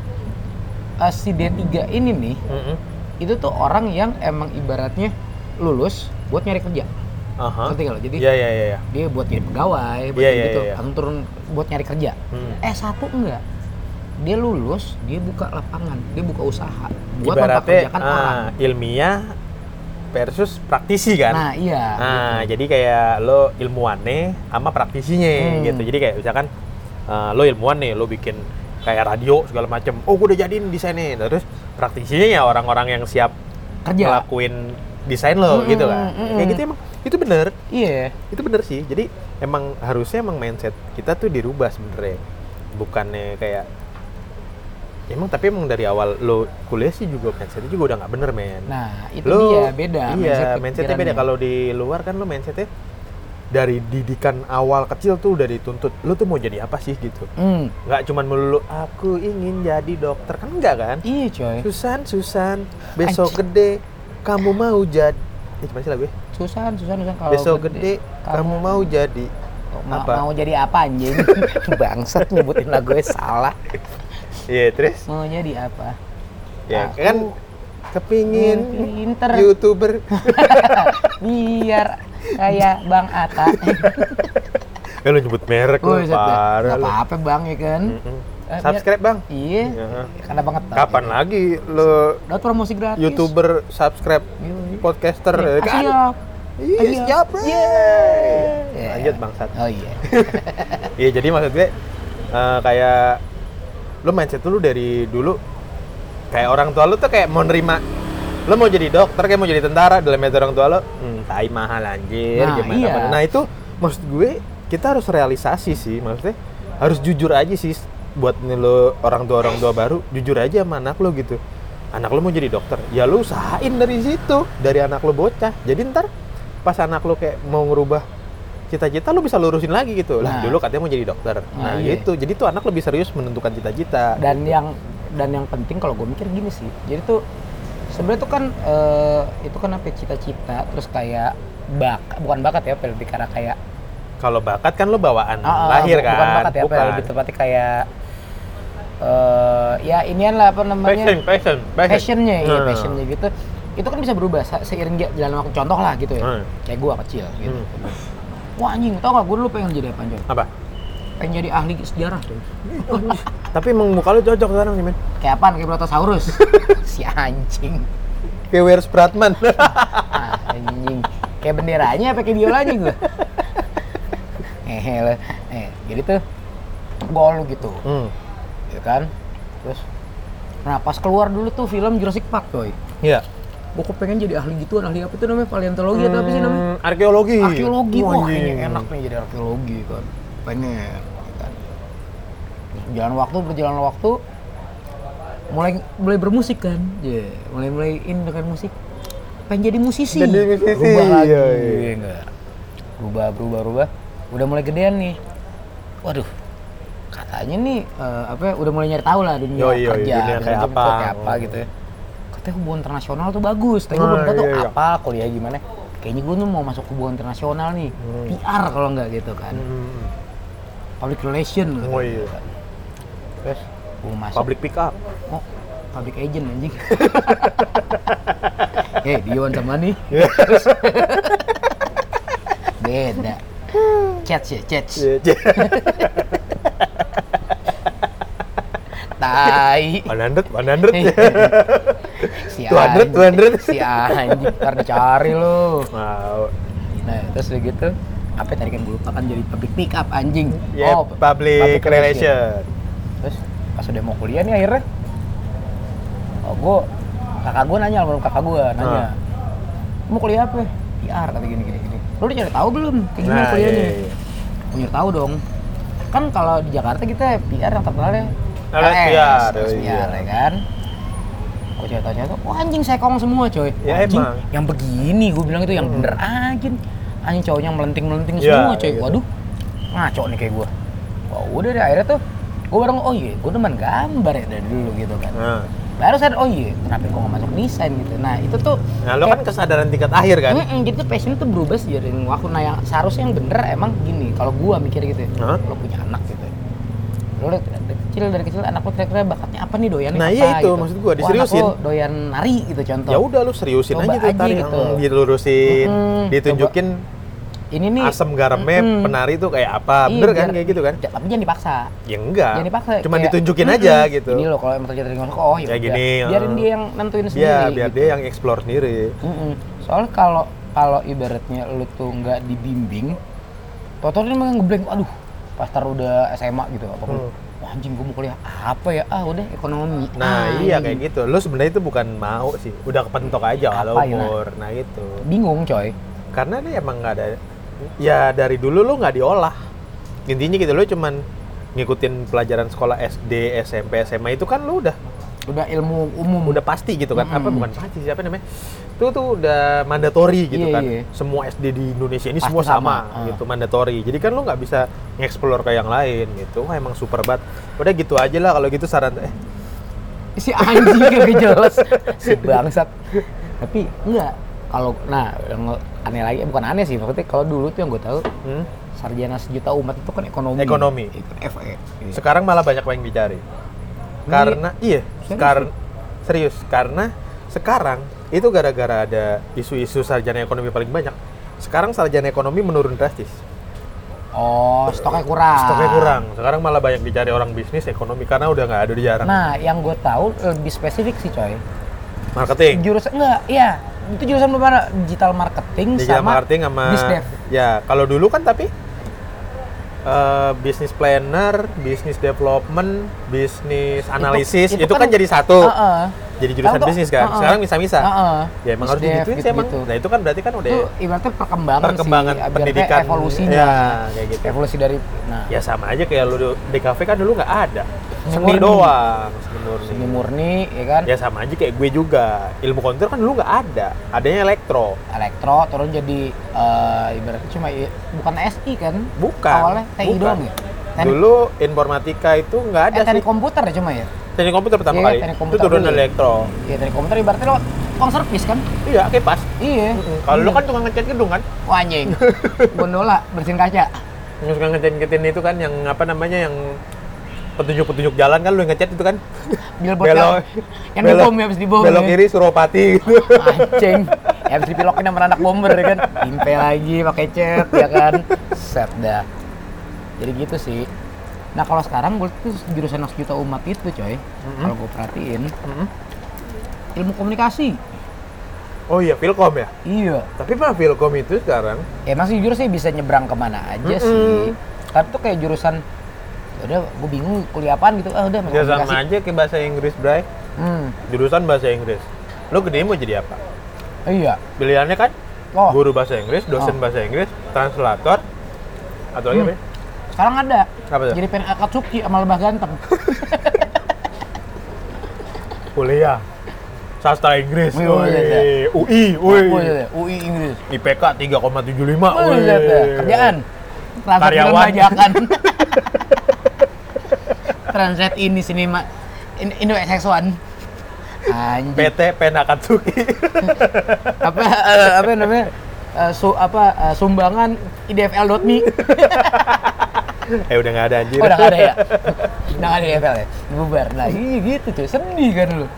S2: eh, si D3 ini nih
S1: Mm-mm.
S2: itu tuh orang yang emang ibaratnya lulus buat nyari kerja
S1: Aha.
S2: ngerti kalau jadi
S1: Iya, iya, iya, iya.
S2: dia buat jadi pegawai, buat
S1: Iya,
S2: jadi
S1: iya,
S2: gitu,
S1: iya.
S2: langsung turun buat nyari kerja.
S1: Hmm.
S2: S1 enggak. Dia lulus, dia buka lapangan, dia buka usaha buat
S1: Ibaratnya
S2: mempekerjakan
S1: ah,
S2: orang.
S1: ilmiah versus praktisi kan.
S2: Nah, iya.
S1: Nah, jadi kayak lo ilmuannya sama praktisinya
S2: Hmm.
S1: gitu. Jadi kayak misalkan uh, lo ilmuwan nih, lo bikin kayak radio segala macem. Oh, gue udah jadiin desainnya. Nah, Terus praktisinya ya orang-orang yang siap
S2: Kerja. Hmm,
S1: ngelakuin desain lo
S2: Mm-mm,
S1: gitu kan.
S2: mm-mm.
S1: Kayak gitu emang itu bener,
S2: Iya.
S1: itu bener sih. Jadi emang harusnya emang mindset kita tuh dirubah sebenarnya. Bukannya kayak emang tapi emang dari awal lo kuliah sih juga mindsetnya juga udah nggak bener men
S2: Nah, itu
S1: Lu-
S2: dia beda
S1: iya mindsetnya
S2: mindset
S1: beda
S2: pikirannya.
S1: kalau di luar kan lo mindsetnya dari didikan awal kecil tuh udah dituntut lo tuh mau jadi apa sih gitu
S2: Hmm.
S1: nggak cuman melulu aku ingin jadi dokter kan enggak kan
S2: Iya, coy.
S1: Susan Susan besok gede kamu mau jadi eh, gimana sih lagu
S2: Susah, susah, susah kalau
S1: besok gede, kamu mau jadi
S2: ma-
S1: apa?
S2: mau jadi apa
S1: *laughs*
S2: anjing? Bangsat nyebutin lagu
S1: ya,
S2: salah.
S1: iya terus
S2: Mau jadi apa?
S1: ya
S2: Aku
S1: kan kepingin
S2: Pinter.
S1: youtuber
S2: Biar kayak Bang Ata.
S1: *laughs* eh lo nyebut merek lo
S2: Buset dah.
S1: parah
S2: Oh, iya, Nggak
S1: lo
S2: apa-apa bang ya kan.
S1: Mm-mm.
S2: Eh, biar-
S1: Subscribe, Bang.
S2: Iya.
S1: Iya.
S2: Karena banget. Bang.
S1: Kapan lagi lo
S2: Dapat promosi gratis.
S1: youtuber subscribe
S2: Yoi.
S1: podcaster
S2: Iya,
S1: ya kan?
S2: siap.
S1: Iya,
S2: Ayo.
S1: siap.
S2: ya. Iya.
S1: Yeay. Lanjut bangsat.
S2: Oh iya.
S1: Iya, jadi maksud gue eh, kayak lo mindset tuh lu dari dulu kayak orang tua lu tuh kayak mau nerima lo mau jadi dokter kayak mau jadi tentara dalam hati orang tua lo hmm, tai mahal anjir
S2: Nah,
S1: gimana
S2: iya.
S1: mana. nah itu maksud gue kita harus realisasi sih maksudnya harus jujur aja sih buat nih lo orang tua orang tua baru jujur aja sama anak lo gitu anak lo mau jadi dokter ya lo usahain dari situ dari anak lo bocah jadi ntar pas anak lo kayak mau ngerubah cita-cita lo bisa lurusin lagi gitu lah
S2: Nah.
S1: dulu katanya mau jadi dokter nah,
S2: Nah, iya.
S1: gitu jadi tuh anak lebih serius menentukan cita-cita
S2: dan yang dan yang penting kalau gue mikir gini sih jadi tuh sebenarnya tuh kan eh, itu kan apa ya, cita-cita terus kayak bak bukan bakat ya lebih karena kayak
S1: Kalau bakat kan lo bawaan
S2: Ah, ah,
S1: lahir
S2: bu-
S1: kan.
S2: bukan bakat ya apa ya, lebih tepatnya kayak eh ya inian lah apa namanya
S1: Passion, passion, passion.
S2: passionnya iya
S1: Hmm.
S2: passionnya gitu itu kan bisa berubah sa- seiring ja- jalan waktu contoh lah gitu ya
S1: Hmm.
S2: kayak gua kecil gitu
S1: Hmm.
S2: wah anjing tau gak gue dulu pengen jadi apa Joy?
S1: Apa?
S2: pengen jadi ahli sejarah tuh
S1: Tapi emang muka lo cocok sekarang nih men.
S2: kayak apaan kayak brontosaurus
S1: *laughs*
S2: si anjing
S1: Kayak Wers Pratman. *laughs*
S2: anjing kayak benderanya apa kayak biolanya gue
S1: *laughs*
S2: eh lo. eh jadi tuh gol lu gitu
S1: hmm.
S2: ya kan terus nah pas keluar dulu tuh film Jurassic Park coy
S1: Iya.
S2: gue kok pengen jadi ahli gituan ahli apa itu namanya paleontologi atau apa Oh, iya, sih namanya
S1: Hmm, arkeologi.
S2: arkeologi
S1: Wah,
S2: wah
S1: anjing.
S2: kayaknya enak nih jadi arkeologi kan pengen ya kan. jalan waktu berjalan waktu mulai mulai bermusik kan
S1: Iya,
S2: ya mulai mulai in dengan musik pengen jadi musisi
S1: Jadi musisi,
S2: berubah lagi
S1: iya,
S2: iya,
S1: iya.
S2: enggak berubah berubah berubah udah mulai gedean nih waduh katanya nih eh, apa ya, udah mulai nyari tahu lah dunia
S1: Yoi, yoi,
S2: kerja
S1: dunia kayak
S2: kerja
S1: apa.
S2: kayak apa gitu ya katanya hubungan internasional tuh bagus tapi gue
S1: Nah,
S2: belum tahu tuh
S1: iya, iya.
S2: apa kuliah gimana kayaknya gue tuh mau masuk hubungan internasional nih PR kalau nggak gitu kan
S1: Hmm.
S2: public relation gitu.
S1: Oh, iya.
S2: terus gue masuk
S1: Eh, Public pick
S2: *laughs*
S1: up.
S2: oh, public agent anjing *laughs* eh Dion sama
S1: *laughs*
S2: nih beda chat ya chat
S1: Iya.
S2: tai
S1: 100,
S2: Eh,
S1: *laughs*
S2: Iya,
S1: 100. 200, 200.
S2: si anjing si anjing ntar dicari lu
S1: Wow.
S2: Nah, terus udah gitu, apa tadi kan gue lupa kan jadi public pick up anjing. Oh,
S1: Ya, public, relation.
S2: Terus pas udah mau kuliah nih akhirnya, oh gue kakak gue nanya almarhum kakak gue nanya,
S1: Ah.
S2: mau kuliah apa? PR kata gini gini gini. Lo udah cari tahu belum? Kayak gimana kuliahnya?
S1: iya,
S2: Iya,
S1: iya.
S2: tahu dong. Kan kalau di Jakarta kita PR yang ya. terkenalnya
S1: Alat
S2: LS,
S1: PR,
S2: terus
S1: iya.
S2: PR, ya kan? Gue cerita cerita, wah anjing saya kong semua coy.
S1: Ya,
S2: anjing,
S1: emang. Hmm.
S2: yang begini gue bilang itu yang bener aja. nih. Anjing cowoknya melenting melenting
S1: Ya,
S2: semua coy.
S1: gitu.
S2: Waduh, ngaco nih kayak gue. Wah udah deh akhirnya tuh gue bareng oh iya gue demen gambar ya dari dulu gitu kan.
S1: Nah.
S2: Baru sadar oh iya kenapa gue nggak masuk desain gitu. Nah itu tuh
S1: Nah, lo kan kesadaran tingkat akhir kan?
S2: Mm gitu passion tuh berubah seiring waktu. Nah yang seharusnya yang bener emang gini. Kalau gua mikir gitu, ya,
S1: Hah?
S2: lo punya anak gitu. Lo dari dari kecil dari kecil anak lo kira-kira bakatnya apa nih doyannya
S1: Nah,
S2: apa?
S1: iya itu,
S2: gitu.
S1: maksud gua,
S2: Wah, anak
S1: diseriusin.
S2: lo doyan nari gitu contoh.
S1: Ya udah lu seriusin
S2: Coba
S1: aja tuh
S2: aja
S1: tari
S2: gitu.
S1: Mm, dilurusin,
S2: Mm-mm,
S1: ditunjukin
S2: Ini nih.
S1: asam garamnya
S2: Mm-mm.
S1: penari tuh kayak apa.
S2: Iya,
S1: Bener kan
S2: biar-
S1: kayak gitu kan?
S2: Ja- Tapi jangan dipaksa.
S1: Ya enggak.
S2: Jangan dipaksa.
S1: Cuma
S2: kayak,
S1: ditunjukin
S2: "Mm-mm,
S1: aja gitu.
S2: Ini loh kalau emang terjadi dengan lo, oh ya
S1: Kayak
S2: udah.
S1: gini,
S2: Biarin
S1: eh.
S2: dia yang nentuin sendiri.
S1: Ya, biar
S2: gitu.
S1: dia yang explore sendiri.
S2: Mm-mm. Soalnya kalau kalau ibaratnya lu tuh nggak dibimbing, Toto ini memang ngeblank, aduh, pas tar udah SMA gitu apapun. Wah, anjing gue mau kuliah apa ya? Ah, udah ekonomi.
S1: Hmm. Nah,
S2: Ah,
S1: iya
S2: anjing.
S1: kayak gitu. Lu sebenarnya itu bukan mau sih. Udah kepentok aja
S2: Apa
S1: kalau
S2: ya,
S1: umur. Nah, itu.
S2: Bingung, coy.
S1: Karena dia emang nggak ada ya dari dulu lu nggak diolah. Intinya gitu lu cuman ngikutin pelajaran sekolah SD, SMP, SMA itu kan lu udah
S2: Udah ilmu umum.
S1: udah pasti gitu kan apa
S2: Mm-mm.
S1: bukan pasti siapa namanya itu tuh udah mandatory gitu
S2: Iya,
S1: kan
S2: iya.
S1: semua SD di Indonesia ini
S2: Pasti
S1: semua sama,
S2: sama, ah.
S1: gitu mandatory jadi kan lo nggak bisa nge-explore kayak yang lain gitu wah emang super banget udah gitu aja lah kalau gitu saran eh
S2: si anjing gak
S1: *laughs*
S2: jelas si bangsat tapi enggak kalau nah yang aneh lagi bukan aneh sih maksudnya kalau dulu tuh yang gue tahu
S1: hmm,
S2: sarjana sejuta umat itu kan ekonomi
S1: Ekonomi.
S2: Itu FE Iya.
S1: sekarang malah banyak yang dicari karena iya
S2: Serius?
S1: karena serius karena sekarang itu gara-gara ada isu-isu sarjana ekonomi paling banyak sekarang sarjana ekonomi menurun drastis
S2: Oh, stoknya kurang.
S1: Stoknya kurang. Sekarang malah banyak dicari orang bisnis ekonomi karena udah nggak ada di jarang.
S2: Nah, yang gue tahu lebih spesifik sih coy.
S1: Marketing.
S2: Jurusan enggak, iya. Itu jurusan mana? Digital marketing
S1: Digital
S2: sama
S1: marketing sama
S2: bisdev.
S1: ya kalau dulu kan tapi eh bisnis planner, bisnis development, bisnis analisis itu,
S2: itu
S1: kan,
S2: kan-
S1: jadi satu.
S2: Heeh.
S1: Jadi jurusan
S2: Tahu kok?
S1: bisnis kan.
S2: Heeh.
S1: Sekarang bisa-bisa.
S2: Heeh.
S1: Ya emang harus
S2: Bisdev
S1: digituin sih emang.
S2: gitu-gitu.
S1: Nah itu kan berarti kan udah
S2: Itu ibaratnya perkembangan,
S1: perkembangan
S2: sih, ibaratnya
S1: pendidikan
S2: evolusinya.
S1: Ya, kayak gitu.
S2: Evolusi dari nah,
S1: Ya sama aja kayak lu di- di kafe kan dulu nggak ada. Seni
S2: Seni murni.
S1: doang, seni murni.
S2: seni murni ya kan.
S1: Ya sama aja kayak gue juga. Ilmu komputer kan dulu nggak ada. Adanya elektro.
S2: Elektro turun jadi eh, ibaratnya cuma i- bukan SI kan?
S1: Bukan.
S2: Awalnya TI
S1: Bukan.
S2: doang ya. Teknik-
S1: Dulu informatika itu nggak ada
S2: eh,
S1: sih.
S2: teknik komputer ya cuma ya.
S1: Teknik komputer pertama
S2: Iya,
S1: kali.
S2: teknik
S1: itu
S2: komputer
S1: turun
S2: dulu ya.
S1: elektro.
S2: Iya teknik komputer ibaratnya lo tukang servis kan?
S1: Iya, kipas.
S2: Iya.
S1: Kalau lu kan cuma ngecat gedung kan?
S2: Wah, anjing. Gondola bersihin kaca.
S1: Yang suka ngecat-ngecatin itu kan yang apa namanya yang petunjuk-petunjuk jalan kan lu yang ngecat itu kan?
S2: Billboard kan.
S1: Belok-
S2: yang, yang
S1: belok-
S2: dibom ya habis dibom.
S1: Belok
S2: ya.
S1: kiri Suropati gitu.
S2: Anjing. Ya, habis dipilokin sama anak bomber ya kan. Impel lagi pakai cat ya kan. Set dah. Jadi gitu sih. Nah kalau sekarang gue tuh jurusan anak juta umat itu coy. Kalau gue perhatiin ilmu komunikasi.
S1: Oh iya, Filkom ya.
S2: Iya.
S1: Tapi mah Filkom itu sekarang
S2: Ya emang sih jujur sih bisa nyebrang kemana
S1: Mm-mm.
S2: aja sih. Tapi tuh kayak jurusan ya udah gue bingung kuliah apaan gitu. Ah udah masuk
S1: ya sama aja kayak bahasa Inggris, Bray.
S2: Hmm.
S1: Jurusan bahasa Inggris. Lu gede mau jadi apa?
S2: Iya.
S1: Pilihannya kan
S2: Oh.
S1: guru bahasa Inggris, dosen
S2: Oh. Hmm.
S1: bahasa Inggris, translator, atau lagi apa? ya?
S2: Sekarang ada.
S1: Apa tuh?
S2: Jadi pengen akatsuki sama lebah ganteng.
S1: Kuliah sastra Inggris.
S2: Wih, wih,
S1: woi.
S2: wih,
S1: UI,
S2: Wih,
S1: woi.
S2: UI Inggris.
S1: IPK 3,75. woi.
S2: Wih, lihat dah. Kerjaan. Transit
S1: Karyawan.
S2: film *laughs* bajakan. Transit ini sinema In- Indo XX1. Anjing.
S1: PT Penakatsuki.
S2: Apa eh, apa namanya? Eh, su apa eh, sumbangan idfl.me
S1: *laughs* eh udah nggak ada anjir.
S2: oh udah nggak ada ya udah nggak ada idfl ya bubar nah iya gitu cuy sedih kan lu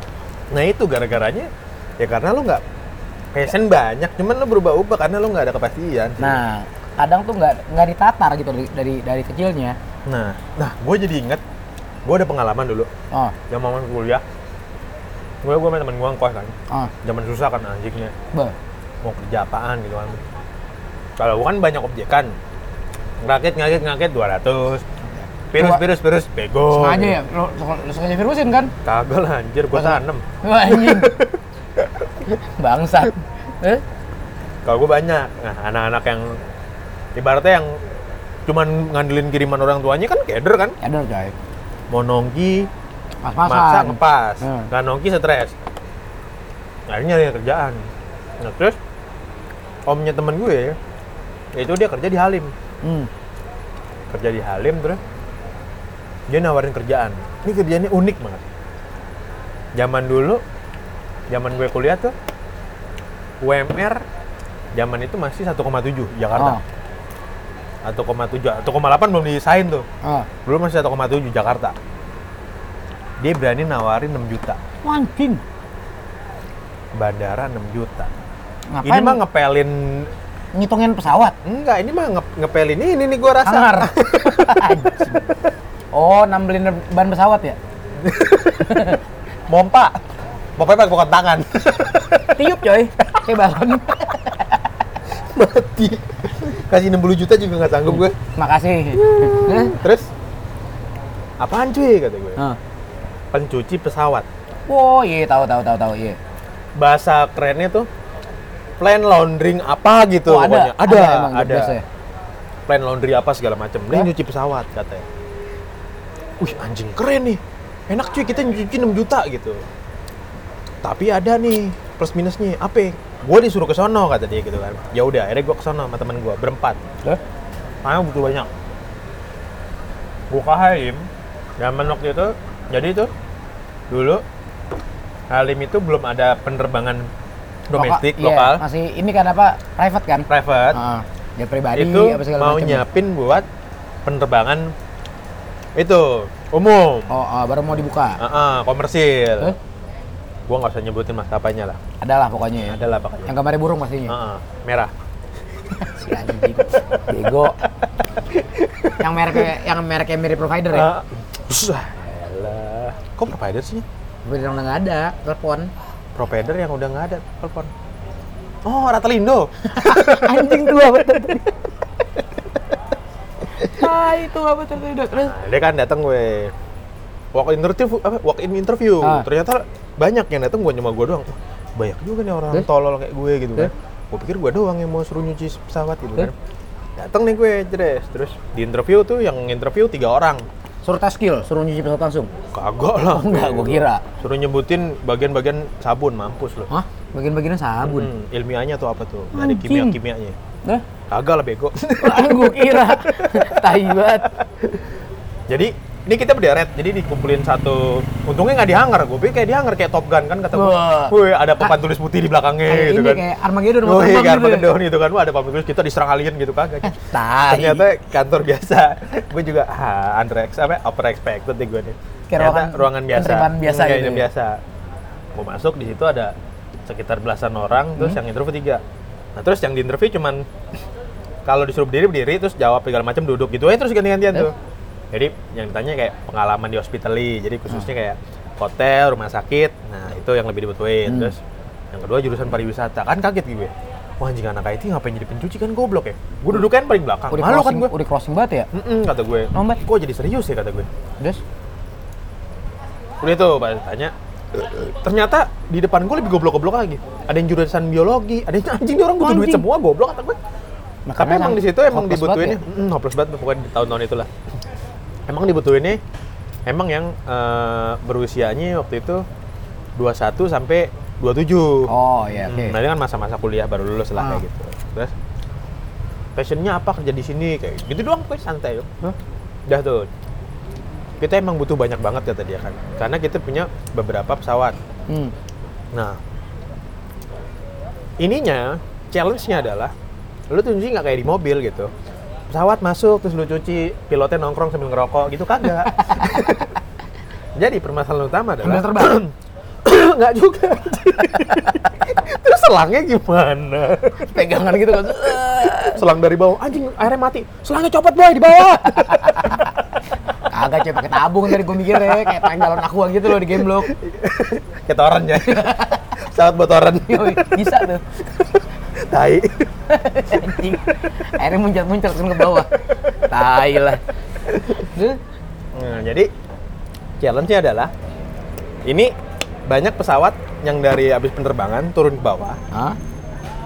S1: Nah itu gara-garanya ya karena lu nggak passion banyak, cuman lu berubah-ubah karena lu nggak ada kepastian.
S2: nah kadang tuh nggak nggak ditatar gitu dari dari, dari kecilnya
S1: nah, nah gue jadi inget, gue ada pengalaman dulu
S2: oh
S1: yang momen kuliah. Gue gue sama temen gue ngkos kan,
S2: oh
S1: zaman susah kan anjingnya.
S2: bah
S1: mau kerja apaan gitu kan kalau gua kan banyak objekan ngakit ngakit ngakit 200 virus
S2: Dua-
S1: virus virus bego gitu.
S2: sengaja ya lo lo sengaja virusin kan
S1: kagak lah anjir gua
S2: Masa-
S1: tanam
S2: Wah,
S1: *laughs*
S2: anjing. Bangsat. Eh?
S1: kalau gua banyak nah anak-anak yang ibaratnya yang cuman ngandelin kiriman orang tuanya kan keder kan
S2: Kadar coy.
S1: mau nongki maksa
S2: ya Pas-pasan.
S1: ngepas
S2: Hmm.
S1: nggak nongki stres akhirnya nyari kerjaan nah terus omnya temen gue itu dia kerja di Halim
S2: Hmm.
S1: kerja di Halim terus dia nawarin kerjaan ini kerjaannya unik banget zaman dulu zaman gue kuliah tuh UMR zaman itu masih 1,7 Jakarta
S2: Oh.
S1: 1,7 1,8 belum disain tuh
S2: Oh.
S1: belum masih 1,7 Jakarta dia berani nawarin 6 juta
S2: Anjing.
S1: bandara 6 juta
S2: Ngapain?
S1: ini mah ngepelin
S2: ngitungin pesawat.
S1: enggak ini mah nge- ngepelin ini nih gue rasa *laughs*
S2: Sangar. Anjing. oh, nambelin ban pesawat ya?
S1: *laughs* mompa pokoknya pakai bukan tangan *laughs*
S2: Tiup coy. Kayak balon.
S1: mati kasih 60 juta juga nggak sanggup gue
S2: Makasih. Eh?
S1: terus apaan cuy kata gue
S2: Ah.
S1: pencuci pesawat
S2: Oh, iya tahu tahu tahu tahu iya.
S1: bahasa kerennya tuh plan laundering apa gitu
S2: Oh,
S1: pokoknya.
S2: ada
S1: ada
S2: emang,
S1: ada,
S2: biasa ya?
S1: plan laundry apa segala macam dia
S2: Hah?
S1: nyuci pesawat katanya wih anjing keren nih enak cuy kita nyuci 6 juta gitu tapi ada nih plus minusnya apa gue disuruh ke sono kata dia gitu kan ya udah akhirnya gue ke sono sama teman gue berempat
S2: Hah?
S1: Karena butuh banyak. Gua ke Halim, zaman waktu itu, jadi itu dulu Halim itu belum ada penerbangan domestik
S2: Loka- iya,
S1: lokal
S2: masih ini kan apa? Private kan?
S1: private
S2: Ah, jet pribadi
S1: itu
S2: apa segala
S1: mau
S2: macam. ya?
S1: nyiapin buat penerbangan itu umum,
S2: Oh, ah, baru mau dibuka.
S1: Heeh, komersil.
S2: Hah?
S1: Gua nggak usah nyebutin maskapainya lah,
S2: Adalah pokoknya Iya. ya.
S1: adalah pokoknya.
S2: Yang gambarnya burung pastinya.
S1: Heeh, merah.
S2: si anjing bego yang mereknya yang mereknya mirip provider
S1: Ah,
S2: ya?
S1: Susah. Elah. Kok provider sih?
S2: Provider yang udah nggak ada,
S1: *laughs*
S2: telepon.
S1: Provider yang udah nggak ada telepon. Oh, Ratelindo.
S2: Anjing dua betul tadi. Ah, itu apa tadi udah terus.
S1: Nah, dia kan datang gue walk in interview apa walk in interview.
S2: Ah.
S1: Ternyata banyak yang datang gue cuma gue doang. Wah, Banyak juga nih orang
S2: Terus?
S1: tolol kayak gue gitu kan.
S2: Terus?
S1: Gue pikir gue doang yang mau suruh nyuci pesawat gitu
S2: Terus?
S1: kan. Datang nih gue ceres. Terus di interview tuh yang interview tiga orang.
S2: Suruh tas skill, suruh nyuci pesawat langsung.
S1: Kagak lah.
S2: Oh, Enggak, gue kira.
S1: Suruh nyebutin bagian-bagian sabun mampus loh.
S2: Hah? Bagian-bagiannya sabun.
S1: Hmm, ilmiahnya tuh apa tuh? Nggak Ada
S2: Anjing.
S1: kimia-kimianya.
S2: *laughs* Nah,
S1: Kagak lah bego. *laughs*
S2: gue Ah, kira. *laughs* Tai banget.
S1: Jadi ini kita berderet, jadi dikumpulin satu. Untungnya nggak dihangar, gue pikir kayak dihangar kayak Top Gun kan kata gue.
S2: Wah.
S1: Wih ada papan tulis putih di belakangnya
S2: Kayak
S1: gitu
S2: ini
S1: kan.
S2: kayak Armageddon
S1: Wih,
S2: mau terbang
S1: kayak
S2: gitu ya.
S1: Armageddon gitu kan, Wah, ada papan tulis kita diserang alien gitu kagak.
S2: Tai.
S1: Ternyata kantor biasa, *laughs* gue juga ah, under ex- apa upper expected deh gue nih.
S2: Kayak
S1: Ternyata
S2: ruangan-
S1: ruangan biasa,
S2: penerimaan biasa
S1: Hmm, kayak
S2: gitu
S1: yang
S2: ya.
S1: biasa. Gue masuk di situ ada sekitar belasan orang, terus
S2: Hmm.
S1: yang interview tiga. Nah terus yang di interview cuman kalau disuruh berdiri berdiri terus jawab segala macam duduk gitu aja terus ganti-gantian
S2: Iya.
S1: tuh jadi yang ditanya kayak pengalaman di hospitali jadi khususnya kayak hotel rumah sakit nah itu yang lebih dibutuhin
S2: Hmm.
S1: terus yang kedua jurusan pariwisata kan kaget gue wah anjing anak IT ngapain jadi pencuci kan goblok ya gue duduk kan paling belakang
S2: Udah
S1: malu kan
S2: crossing,
S1: gue
S2: udah crossing banget ya?
S1: Mm-mm, kata gue
S2: Nomor.
S1: kok jadi serius ya kata gue
S2: Terus?
S1: udah tuh pas tanya ternyata di depan gue lebih goblok-goblok lagi ada yang jurusan biologi ada yang *laughs* anjing dia orang butuh duit
S2: Anjing.
S1: semua goblok kata gue Nah,
S2: Nah,
S1: Tapi emang di situ emang
S2: ya.
S1: dibutuhin mm, hopeless banget pokoknya di tahun-tahun itulah. Emang dibutuhinnya emang yang eh, berusianya waktu itu 21 sampai 27.
S2: Oh iya, oke.
S1: Hmm, Nah, ini kan masa-masa kuliah baru lulus lah
S2: Ah.
S1: kayak gitu. Terus passionnya apa kerja di sini kayak gitu doang pokoknya santai yuk.
S2: Hah?
S1: Udah tuh. Kita emang butuh banyak banget kata dia kan. Karena kita punya beberapa pesawat.
S2: Hmm.
S1: Nah, ininya challenge-nya adalah lu tuh cuci nggak kayak di mobil gitu. Pesawat masuk terus lu cuci, pilotnya nongkrong sambil ngerokok gitu kagak.
S2: *laughs*
S1: Jadi permasalahan utama adalah
S2: Sambil terbang.
S1: *clears throat* nggak juga. terus selangnya gimana?
S2: Pegangan gitu kan.
S1: Selang dari bawah, anjing airnya mati. Selangnya copot boy di
S2: *laughs*
S1: bawah.
S2: Kagak cuy pakai tabung tadi gue mikirnya kayak tank galon aqua gitu loh di
S1: *laughs*
S2: game block.
S1: Kayak toren ya. Pesawat buat toren.
S2: Yoi, bisa tuh.
S1: Tai.
S2: Anjing. Akhirnya muncul-muncul langsung ke bawah. Tai lah. Terus?
S1: Nah, jadi challenge-nya adalah ini banyak pesawat yang dari habis penerbangan turun ke bawah.
S2: Hah?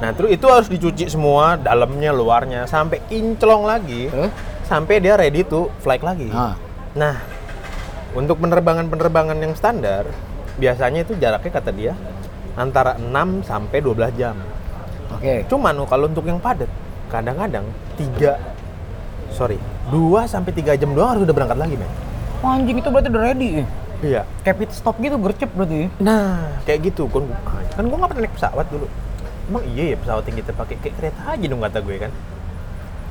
S1: Nah, terus itu harus dicuci semua dalamnya, luarnya sampai kinclong lagi.
S2: Terus?
S1: Sampai dia ready to flight lagi.
S2: Ah.
S1: Nah, untuk penerbangan-penerbangan yang standar biasanya itu jaraknya kata dia antara 6 sampai 12 jam.
S2: Oke.
S1: Cuman oh, kalau untuk yang padat kadang-kadang 3 sorry 2 sampai 3 jam doang harus udah berangkat lagi, men.
S2: Wah, anjing itu berarti udah ready. ya?
S1: Iya.
S2: Kayak pit stop gitu gercep berarti. ya?
S1: Nah, kayak gitu kan gua- kan gue nggak pernah naik pesawat dulu. Emang iya ya pesawat yang kita pakai kayak kereta aja dong kata gue kan.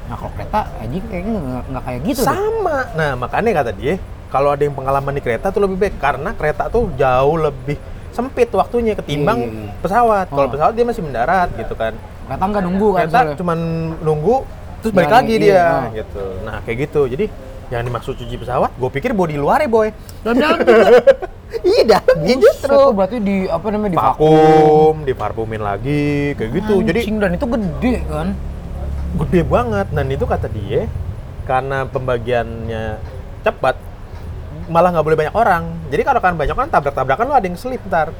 S2: Nah kalau kereta anjing kayaknya nggak- nggak kayak gitu. deh.
S1: Sama. Nah, makanya kata dia, kalau ada yang pengalaman di kereta tuh lebih baik karena kereta tuh jauh lebih sempit waktunya ketimbang
S2: Iya, iya, iya.
S1: pesawat. Kalau
S2: Oh.
S1: pesawat dia masih mendarat gitu kan.
S2: Kereta nggak nunggu kan.
S1: Kereta
S2: soalnya.
S1: cuman nunggu terus balik
S2: Iya,
S1: lagi
S2: iya,
S1: dia
S2: oh.
S1: gitu. Nah, kayak gitu. Jadi yang dimaksud cuci pesawat, gue pikir body luar ya boy.
S2: Dalam-dalam juga.
S1: Iya, dalamnya
S2: Buset,
S1: justru.
S2: tuh berarti di apa namanya di
S1: Vakum, diparfumin lagi, kayak gitu. Jadi
S2: Anjing, dan itu gede kan.
S1: gede banget dan itu kata dia karena pembagiannya cepat malah nggak boleh banyak orang jadi kalau kan banyak orang tabrak-tabrakan lo ada yang selip ntar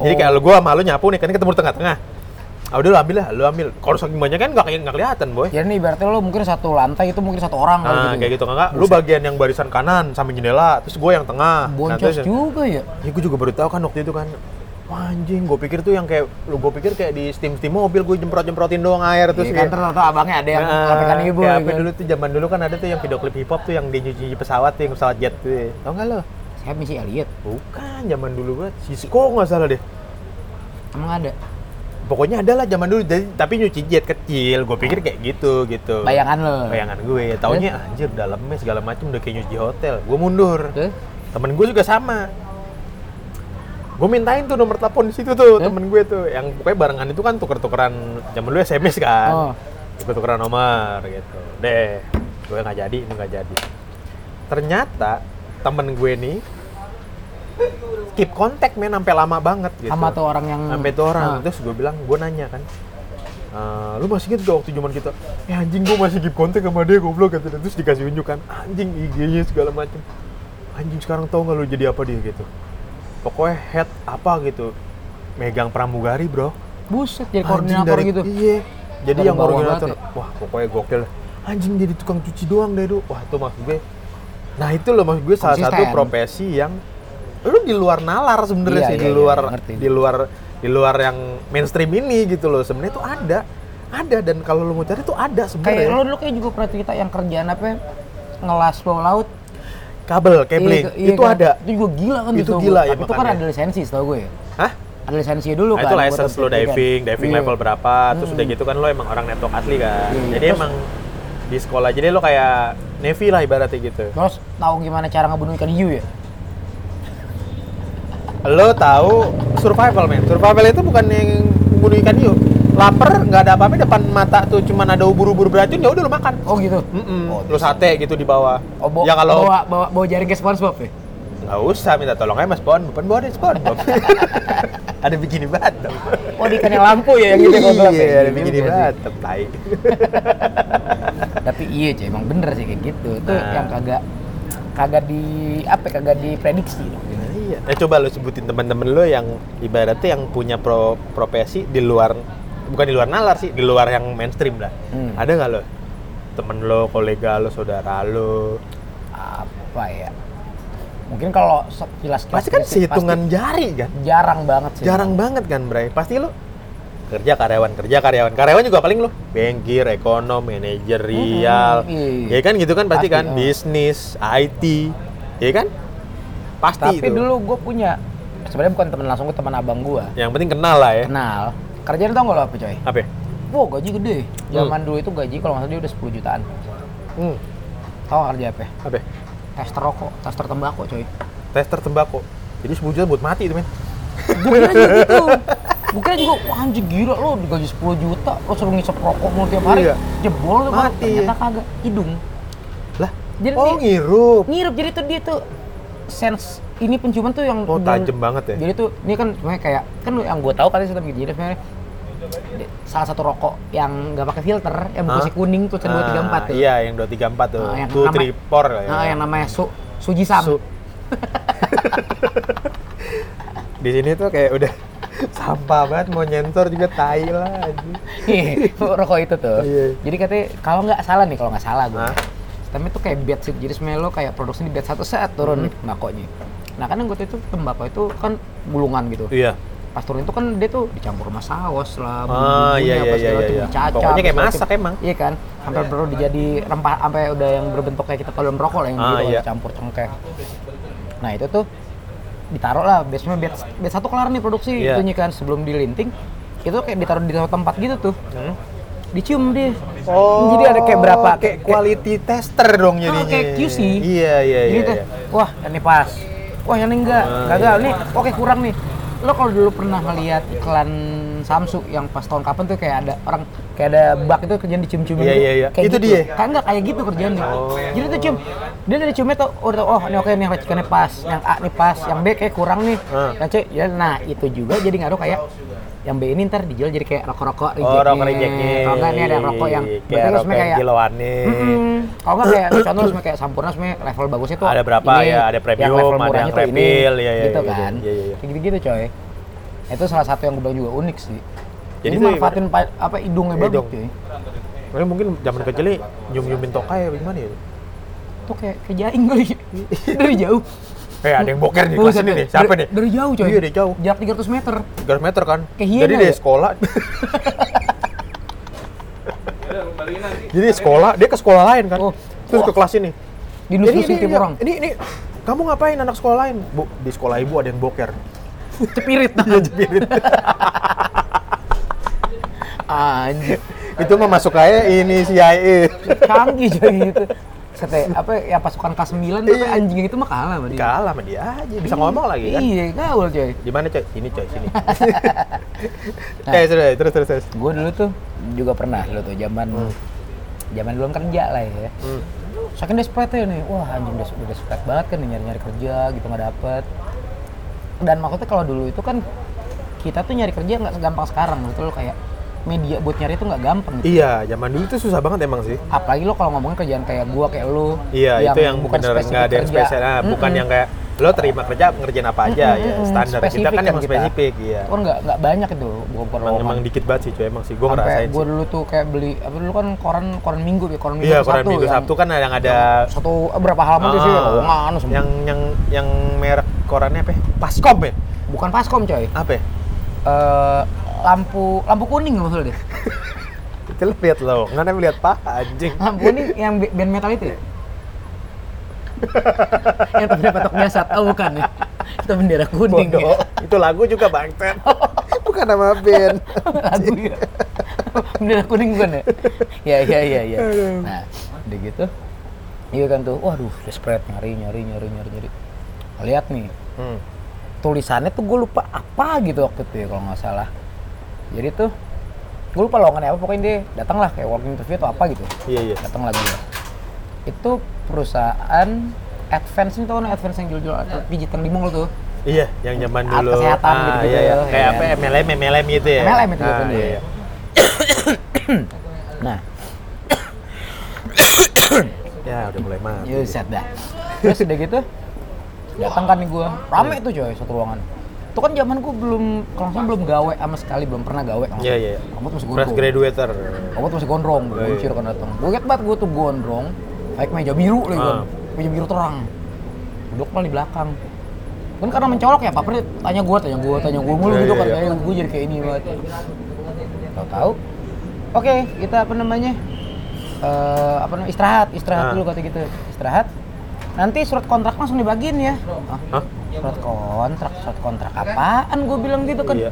S1: jadi
S2: Oh.
S1: kayak lo gue malu nyapu nih kan ketemu di tengah-tengah ah udah lo ambil lah lo ambil kalau saking banyak kan nggak kayak- nggak kelihatan boy
S2: Ya ini ibaratnya lo mungkin satu lantai itu mungkin satu orang kali
S1: nah
S2: gitu.
S1: kayak gitu kakak lo bagian yang barisan kanan samping jendela terus gue yang tengah nah,
S2: Boncos
S1: terus
S2: juga ya.
S1: ya gue juga baru tahu kan waktu itu kan Wah, anjing, gue pikir tuh yang kayak lo gue pikir kayak di steam steam mobil gue jemprot jemprotin doang air terus
S2: Terus
S1: kayak-
S2: kan ternyata abangnya ada yang
S1: Nah,
S2: nah, ibu
S1: kayak
S2: ya
S1: apa
S2: kan.
S1: dulu tuh zaman dulu kan ada tuh yang video klip hip hop tuh yang dia nyuci pesawat tuh yang pesawat jet tuh. ya. Tau nggak lo?
S2: Saya misi Elliot.
S1: Bukan zaman dulu banget. Cisco nggak salah deh.
S2: Emang ada.
S1: Pokoknya ada lah zaman dulu jadi, tapi nyuci jet kecil. Gue pikir kayak gitu gitu.
S2: Bayangan lo.
S1: Bayangan gue. Taunya anjir dalamnya segala macam udah kayak nyuci hotel. Gue mundur.
S2: Terus?
S1: Temen gue juga sama. Gue mintain tuh nomor telepon di situ tuh
S2: Hah?
S1: temen gue tuh yang pokoknya barengan itu kan tuker-tukeran zaman dulu SMS kan.
S2: Oh.
S1: Tuker-tukeran nomor gitu. Deh. gue nggak jadi ini nggak jadi ternyata temen gue nih keep kontak men sampai lama banget gitu
S2: sama tuh orang yang
S1: sampai itu orang
S2: Nah,
S1: terus gue bilang gue nanya kan "Eh, lu masih inget gak waktu zaman kita eh anjing gue masih keep kontak sama dia goblok kata dia. terus dikasih unjuk kan anjing IG-nya segala macem anjing sekarang tau gak lu jadi apa dia gitu pokoknya head apa gitu megang pramugari bro
S2: buset jadi
S1: Anjing
S2: koordinator
S1: dari-
S2: gitu
S1: Iya. Jadi
S2: Dari
S1: yang
S2: bawah
S1: koordinator.
S2: banget ya.
S1: Wah, pokoknya gokil. Anjing jadi tukang cuci doang deh, Du. Wah, itu maksud gue. Nah, itu loh maksud gue salah satu
S2: Konsisten.
S1: profesi yang lu di luar nalar sebenarnya
S2: Iya,
S1: sih,
S2: iya,
S1: di
S2: iya,
S1: luar
S2: ngerti.
S1: di luar di luar yang mainstream ini gitu loh. Sebenarnya tuh ada. Ada dan kalau lu mau cari tuh ada
S2: kayak lo
S1: sebenarnya.
S2: dulu kayak juga pernah cerita yang kerjaan apa ya, ngelas bawah laut
S1: Kabel, cabling,
S2: Iya, iya
S1: itu
S2: kan?
S1: ada.
S2: itu juga gila kan
S1: Itu
S2: setahu
S1: gila,
S2: gue.
S1: ya,
S2: Tapi itu kan
S1: makanya.
S2: ada lisensi tau gue ya
S1: Hah?
S2: ada lisensi dulu
S1: Nah,
S2: kan
S1: itu
S2: buat
S1: license lo
S2: sertifikat.
S1: diving, diving
S2: Iya. Hmm.
S1: level berapa, terus udah gitu kan lo emang orang network asli kan.
S2: Iya.
S1: Jadi
S2: Terus-
S1: emang di sekolah jadi lo kayak Navy lah ibaratnya gitu.
S2: terus tahu gimana cara ngebunuh ikan hiu ya
S1: Lo tahu survival men? Survival itu bukan yang bunuh ikan hiu. Laper nggak ada apa-apa depan mata tuh cuman ada ubur-ubur beracun ya udah lo makan.
S2: oh gitu
S1: Mm-mm.
S2: Oh,
S1: lo sate gitu di bawah.
S2: oh, bawa,
S1: ya kalau
S2: bawa, bawa, bawa jaring ke Spongebob ya
S1: nggak usah minta tolong aja mas Bon, bukan bawa deh
S2: *laughs*
S1: SpongeBob. ada begini batam.
S2: oh di ikan yang lampu ya yang gitu ya, kalau gelap ya?
S1: Iya, ada
S2: Gitu
S1: begini
S2: juga sih.
S1: batam. Tai.
S2: tapi iya cuy emang bener sih kayak gitu itu
S1: Nah.
S2: yang kagak kagak di apa ya, kagak diprediksi
S1: Nah, Iya. Eh coba lo sebutin teman-teman lo yang ibaratnya yang punya pro- profesi di luar bukan di luar nalar sih, di luar yang mainstream lah.
S2: Hmm.
S1: Ada nggak lo? Temen lo, kolega lo, saudara lo.
S2: apa ya mungkin kalau sekilas
S1: Pasti kan sehitungan jari kan.
S2: jarang banget sih
S1: Jarang banget kan, Bray. Pasti lo kerja karyawan, kerja karyawan. Karyawan juga paling lo bankir, ekonom, manajerial.
S2: Mm-mm, Hmm, iya.
S1: Ya kan gitu kan pasti,
S2: Pasti,
S1: kan
S2: oh.
S1: bisnis, IT. Ya kan? Pasti
S2: tapi
S1: itu.
S2: dulu gue punya sebenarnya bukan teman langsung gue teman abang gue
S1: Yang penting kenal lah ya.
S2: kenal kerjaan tau gak lo apa coy
S1: Apa ya?
S2: wow gaji gede zaman dulu itu gaji kalau nggak salah dia udah 10 jutaan
S1: Hmm,
S2: tau gak kerja apa ya?
S1: apa ya?
S2: tester rokok tester tembakau coy
S1: tester tembakau. Jadi 10 juta buat mati itu men.
S2: gue kira juga gitu gue kira juga wah anjir gila lo digaji 10 juta lo suruh ngisep rokok mulu tiap hari
S1: Iya.
S2: jebol lo
S1: Mati.
S2: ternyata kagak hidung
S1: Lah,
S2: Jadi
S1: oh
S2: dia-
S1: ngirup.
S2: ngirup jadi tuh dia tuh sense ini penciuman tuh yang
S1: Oh tajam banget ya.
S2: jadi tuh ini kan sebenarnya kayak kan yang gue tahu katanya sistem gitu jadi sebenarnya di- salah satu rokok yang nggak pakai filter yang
S1: Hah?
S2: bungkus kuning tuh
S1: Ah,
S2: dua tiga empat tuh
S1: Iya, yang 234 tuh.
S2: Ah, yang
S1: Two,
S2: nama-
S1: three, four lah ya.
S2: Nah, yang namanya su suji sam
S1: Su- *laughs* Di sini tuh kayak udah *laughs* sampah banget mau nyensor juga tai lah anjing.
S2: *laughs* rokok itu tuh
S1: Iya.
S2: jadi katanya kalau nggak salah nih kalau nggak salah gue
S1: Hah?
S2: sistemnya tuh kayak bed sih jadi sebenarnya lo kayak produksi di bed satu saat turun
S1: Mm-hmm.
S2: tembakaunya nah kan yang gue tahu itu tembakau itu kan gulungan gitu
S1: Iya.
S2: pas turun itu kan dia tuh dicampur sama saus lah,
S1: Ah, iya, iya,
S2: bumbu-bumbunya, apa segala
S1: iya, iya.
S2: macam, dicacah,
S1: Pokoknya kayak
S2: apa segala
S1: masak
S2: macam.
S1: emang.
S2: Iya kan, sampai baru dijadi rempah, sampai udah yang berbentuk kayak kita kalau dalam rokok lah yang
S1: Ah,
S2: gitu,
S1: iya.
S2: dicampur cengkeh. Nah itu tuh ditaruh lah, biasanya bed, bed satu kelar nih produksi
S1: Iya.
S2: itunya kan sebelum dilinting, itu kayak ditaruh di satu tempat gitu tuh,
S1: Hmm.
S2: dicium dia.
S1: Oh.
S2: Jadi ada kayak berapa?
S1: Kayak quality tester dong jadinya.
S2: kayak QC.
S1: Iya, iya,
S2: Jadi
S1: iya.
S2: tuh,
S1: iya.
S2: gitu. wah ini pas, wah yang ini enggak,
S1: Ah,
S2: gagal nih, oke kurang nih. Lo kalau dulu pernah ngeliat iklan Samsung yang pas tahun kapan tuh kayak ada orang kayak ada bak itu kerjaan dicium-ciumin
S1: Iya,
S2: gitu.
S1: iya, iya.
S2: Kayak
S1: Itu
S2: gitu.
S1: dia? Oh.
S2: Kan enggak kayak gitu kerjaannya. Jadi tuh cium, dia dari ciumnya tuh, oh, udah, oh ini oke nih racikannya pas, yang A nih pas, yang B kayak kurang nih.
S1: Ah.
S2: Nah, cuy, ya, nah itu juga jadi ngaruh kayak yang B ini ntar dijual jadi kayak rokok-rokok
S1: Oh, rokok rejeknya.
S2: Kalau enggak ini ada rokok yang
S1: iya. kayak
S2: berarti
S1: rokok
S2: sebenarnya
S1: yang kiloannya.
S2: Mm-mm. Kalau nggak
S1: *clears throat*
S2: kayak contoh sebenarnya kayak Sampurna sebenarnya level bagusnya tuh
S1: Ada berapa ya, ada premium,
S2: yang level
S1: ada
S2: murahnya
S1: yang
S2: tuh ini,
S1: refill, ya, ya,
S2: gitu
S1: ya,
S2: kan,
S1: ya, ya, ya.
S2: Kayak gitu-gitu coy. Itu salah satu yang gue bilang juga unik sih.
S1: Jadi
S2: Jadi,
S1: tuh
S2: manfaatin pa- apa hidungnya
S1: Hidung.
S2: banget cuy.
S1: Tapi mungkin zaman kecilnya nyum-nyumin tokai apa gimana ya?
S2: Tuh kayak kayak jaing
S1: *laughs*
S2: kali dari jauh.
S1: Eh, ada yang boker nih kelas
S2: Buset,
S1: ini
S2: ya.
S1: nih. Siapa
S2: Dari-
S1: nih?
S2: Dari jauh coy.
S1: Iya, dari jauh.
S2: Jarak 300 meter.
S1: 300 meter kan.
S2: Kayak hiena
S1: Jadi dia
S2: ya? *laughs*
S1: sekolah. Jadi sekolah, dia ke sekolah lain kan.
S2: Oh.
S1: Terus ke
S2: Wah.
S1: kelas ini.
S2: Dinus-nusin tiap
S1: *laughs*
S2: orang.
S1: Ini ini kamu ngapain anak sekolah lain? Bu, di sekolah ibu ada yang
S2: *laughs*
S1: boker.
S2: Cepirit.
S1: Iya,
S2: *laughs*
S1: jepirit.
S2: Anjir.
S1: Itu mah masuk kayak ini E. CIA.
S2: Canggih coy gitu. Sete, apa ya pasukan K9 tapi
S1: Iya.
S2: anjing itu mah kalah sama dia.
S1: Kalah sama dia aja, bisa ngomong lagi kan.
S2: Iya, gaul coy.
S1: Di mana coy? Sini coy,
S2: *laughs*
S1: sini. *laughs* Eh, sudah, terus terus terus.
S2: gue dulu tuh juga pernah dulu tuh zaman zaman belum kerja lah ya
S1: Hmm.
S2: saking desperate ya nih wah anjing des udah desperate banget kan nih, nyari-nyari kerja gitu nggak dapet dan maksudnya kalau dulu itu kan kita tuh nyari kerja nggak segampang sekarang betul kayak media buat nyari itu nggak gampang gitu.
S1: Iya, zaman dulu tuh susah banget emang sih.
S2: apalagi lo kalau ngomongin kerjaan kayak gua kayak lo
S1: Iya, itu yang bukan
S2: bukan
S1: benar
S2: spesifik
S1: nggak ada yang
S2: kerja.
S1: spesial, ah, bukan yang kayak lo terima kerja ngerjain apa aja ya standar kita
S2: Spesifik
S1: kan
S2: kan
S1: emang
S2: kita.
S1: spesifik iya.
S2: itu kan nggak nggak banyak itu gua gua
S1: Emang, emang
S2: lowongan.
S1: dikit banget sih cuy emang sih gue
S2: sampai
S1: ngerasain
S2: gua
S1: sih.
S2: dulu tuh kayak beli apa dulu kan koran koran minggu ya koran minggu
S1: Iya,
S2: tuh
S1: koran
S2: satu
S1: Minggu
S2: yang-
S1: Sabtu kan yang ada
S2: satu eh, berapa halaman tuh sih
S1: Ah,
S2: lowongan semua
S1: yang yang yang merek korannya apa? ya? Paskom ya?
S2: bukan paskom coy
S1: Apa? ya?
S2: Eh, lampu lampu kuning maksudnya *laughs*
S1: Kita lihat lo, nggak ada lihat paha
S2: *laughs*
S1: anjing.
S2: lampu kuning yang b- band metal
S1: *laughs*
S2: itu ya? yang patok jasad oh bukan ya itu bendera kuning ya.
S1: Bodoh. Itu lagu juga bangten. Bukan nama band.
S2: *laughs* lagu ya bendera kuning bukan ya ya ya ya ya nah udah gitu iya kan tuh waduh desperate nyari nyari nyari nyari nyari lihat nih
S1: *laughs* Hmm.
S2: tulisannya tuh gue lupa apa gitu waktu itu ya kalau nggak salah jadi tuh gue lupa lowongannya apa pokoknya dia datanglah kayak working interview atau apa gitu
S1: Iya iya.
S2: datang lagi ya. itu perusahaan advance itu kan advance yang jual-jual atau pijit yang di mall tuh
S1: Iya, yang zaman
S2: Alat
S1: dulu.
S2: kesehatan gitu-gitu
S1: iya, iya.
S2: ya.
S1: Kayak apa? MLM, MLM gitu ya.
S2: MLM itu
S1: Ah,
S2: biasanya.
S1: iya, iya.
S2: nah
S1: Ya udah mulai mati.
S2: ya set dah terus udah gitu datang kan nih gue rame
S1: Iya.
S2: tuh coy satu ruangan itu kan zaman gue belum kalau nggak salah belum gawe sama sekali belum pernah gawe sama
S1: Iya
S2: sekali.
S1: iya.
S2: rambut masih
S1: Fresh
S2: gondrong
S1: graduater.
S2: rambut masih gondrong gue
S1: Iya, iya.
S2: kan datang gue liat banget gue tuh gondrong kayak meja biru lagi kan
S1: Ah.
S2: meja biru terang duduk malah di belakang kan karena mencolok ya Pak Prit tanya gue tanya gue tanya gue mulu
S1: Iya,
S2: gitu
S1: iya,
S2: kan
S1: iya.
S2: kayak gue jadi kayak ini banget tahu-tahu oke kita apa namanya eh apa namanya istirahat istirahat
S1: Ah.
S2: dulu kata gitu istirahat nanti surat kontrak langsung dibagiin ya Ah,
S1: Hah?
S2: surat kontrak surat kontrak apaan gue bilang gitu kan
S1: Iya.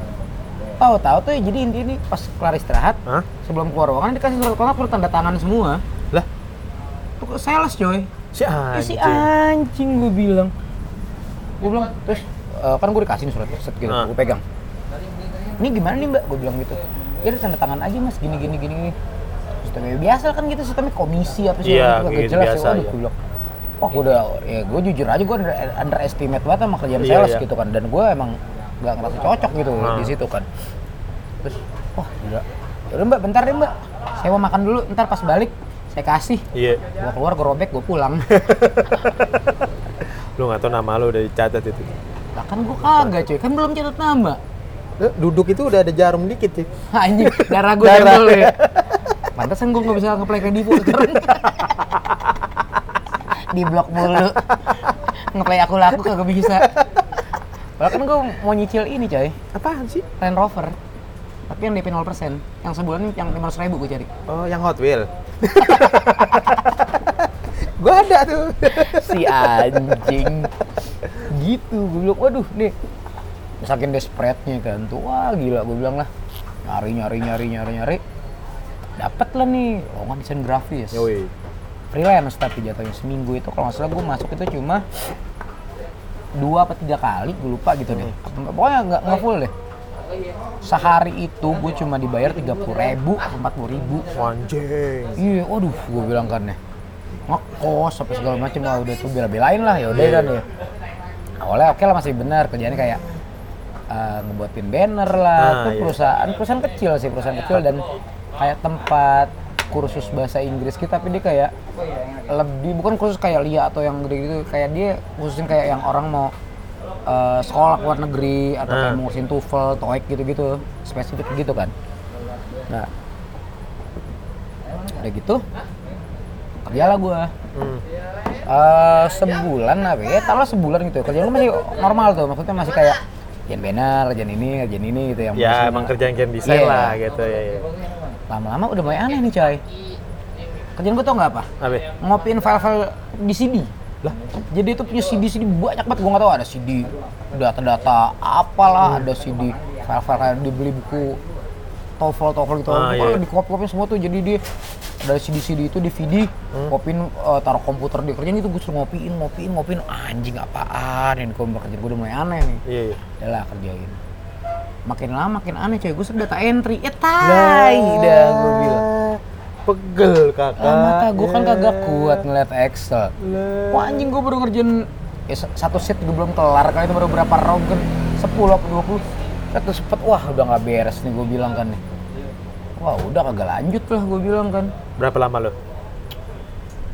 S2: tahu-tahu tuh ya, jadi intinya nih pas kelar istirahat
S1: Hah?
S2: sebelum keluar ruangan dikasih surat kontrak perlu tanda tangan semua
S1: Lah,
S2: tuh kok sales coy
S1: si
S2: Ih, si
S1: anjing.
S2: anjing gue bilang gue bilang terus eh, kan gue dikasih surat set gitu
S1: Ah.
S2: gue pegang ini gimana nih mbak gue bilang gitu ya udah tanda tangan aja mas gini gini gini gini." sistemnya biasa kan gitu sistemnya komisi apa sih
S1: Iya,
S2: gitu,
S1: gitu, biasa,
S2: Waduh,
S1: iya.
S2: gue bilang wah gue udah ya gue jujur aja gue under, underestimate banget sama kerjaan
S1: Iya,
S2: sales
S1: iya.
S2: gitu kan dan gue emang nggak ngerasa cocok gitu
S1: Ah.
S2: di situ kan terus wah gila "Ya udah mbak bentar deh mbak saya mau makan dulu ntar pas balik saya kasih
S1: Iya.
S2: gue keluar gue robek gue pulang
S1: Lu nggak tahu nama lu udah dicatat itu.
S2: Lah kan gua kagak cuy, kan belum catat nama.
S1: Eh, Duduk itu udah ada jarum dikit sih.
S2: *laughs* Anjing, darah gua
S1: Darah.
S2: dulu ya. Pantesan gua nggak bisa ngeplay ke Divo sekarang. *laughs* Di blok mulu. Ngeplay aku laku kagak bisa. Padahal kan gua mau nyicil ini coy,
S1: Apaan sih?
S2: Land Rover. Tapi yang DP 0%, yang sebulan yang 500 ribu gua cari.
S1: Oh, yang Hot Wheel. *laughs* gua ada tuh.
S2: si anjing gitu gue bilang waduh nih saking desperate-nya kan tuh wah gila gue bilang lah nyari nyari nyari nyari nyari dapat lah nih lowongan desain grafis
S1: *laughs* Yoi.
S2: freelance tapi jatuhnya seminggu itu kalau nggak salah gue masuk itu cuma dua apa tiga kali gue lupa gitu deh Apa- pokoknya nggak nggak full deh sehari itu gue cuma dibayar tiga puluh ribu empat puluh ribu
S1: Anjing.
S2: Iya, waduh, gue bilang kan ya ngekos apa segala macam lah udah tuh bela-belain lah ya udah
S1: Iya.
S2: kan ya awalnya oke lah masih benar kerjaannya kayak eh, ngebuatin banner lah
S1: Ah,
S2: itu
S1: iya.
S2: perusahaan perusahaan kecil sih perusahaan kecil dan kayak tempat kursus bahasa Inggris kita tapi dia kayak lebih bukan kursus kayak Lia atau yang gede gitu kayak dia khususin kayak yang orang mau eh, sekolah ke luar negeri atau kayak
S1: Ah.
S2: mau ngurusin TOEFL, TOEIC gitu-gitu spesifik gitu kan nah udah gitu kerjalah gue
S1: Hmm.
S2: Eh sebulan apa ya taruh sebulan gitu ya. kerjaan lu masih normal tuh maksudnya masih kayak kerjaan banner kerjaan ini kerjaan ini gitu yang
S1: Ya,
S2: masih-
S1: emang kerjaan game desain
S2: Iya.
S1: lah gitu ya. ya.
S2: lama-lama udah mulai aneh nih coy kerjaan gue tau nggak apa
S1: Apa? Iya,
S2: ngopiin file-file di CD
S1: Lah,
S2: jadi itu punya CD CD banyak banget gue nggak tahu ada CD data-data apalah ada CD file-file kayak dibeli buku TOEFL TOEFL gitu
S1: Ah,
S2: Pokoknya
S1: iya.
S2: di kopi kopiin semua tuh jadi dia dari CD CD itu DVD
S1: Hmm.
S2: kopiin eh, taruh komputer di kerjaan itu gue suruh ngopiin ngopiin ngopiin anjing apaan yang gue kerja gue udah mulai aneh nih
S1: iya. iya.
S2: udah lah kerjain makin lama makin aneh coy gue sudah data entry eh tai dah gue bilang
S1: pegel kakak.
S2: Ah, mata gue kan
S1: Ya.
S2: kagak kuat ngeliat Excel.
S1: Lah.
S2: Wah anjing gue baru ngerjain ya, sa- satu set juga belum kelar kali itu baru berapa round kan 10 apa 20 satu sepet wah udah nggak beres nih gue bilang kan nih wah udah kagak lanjut lah gue bilang kan
S1: Berapa lama lo?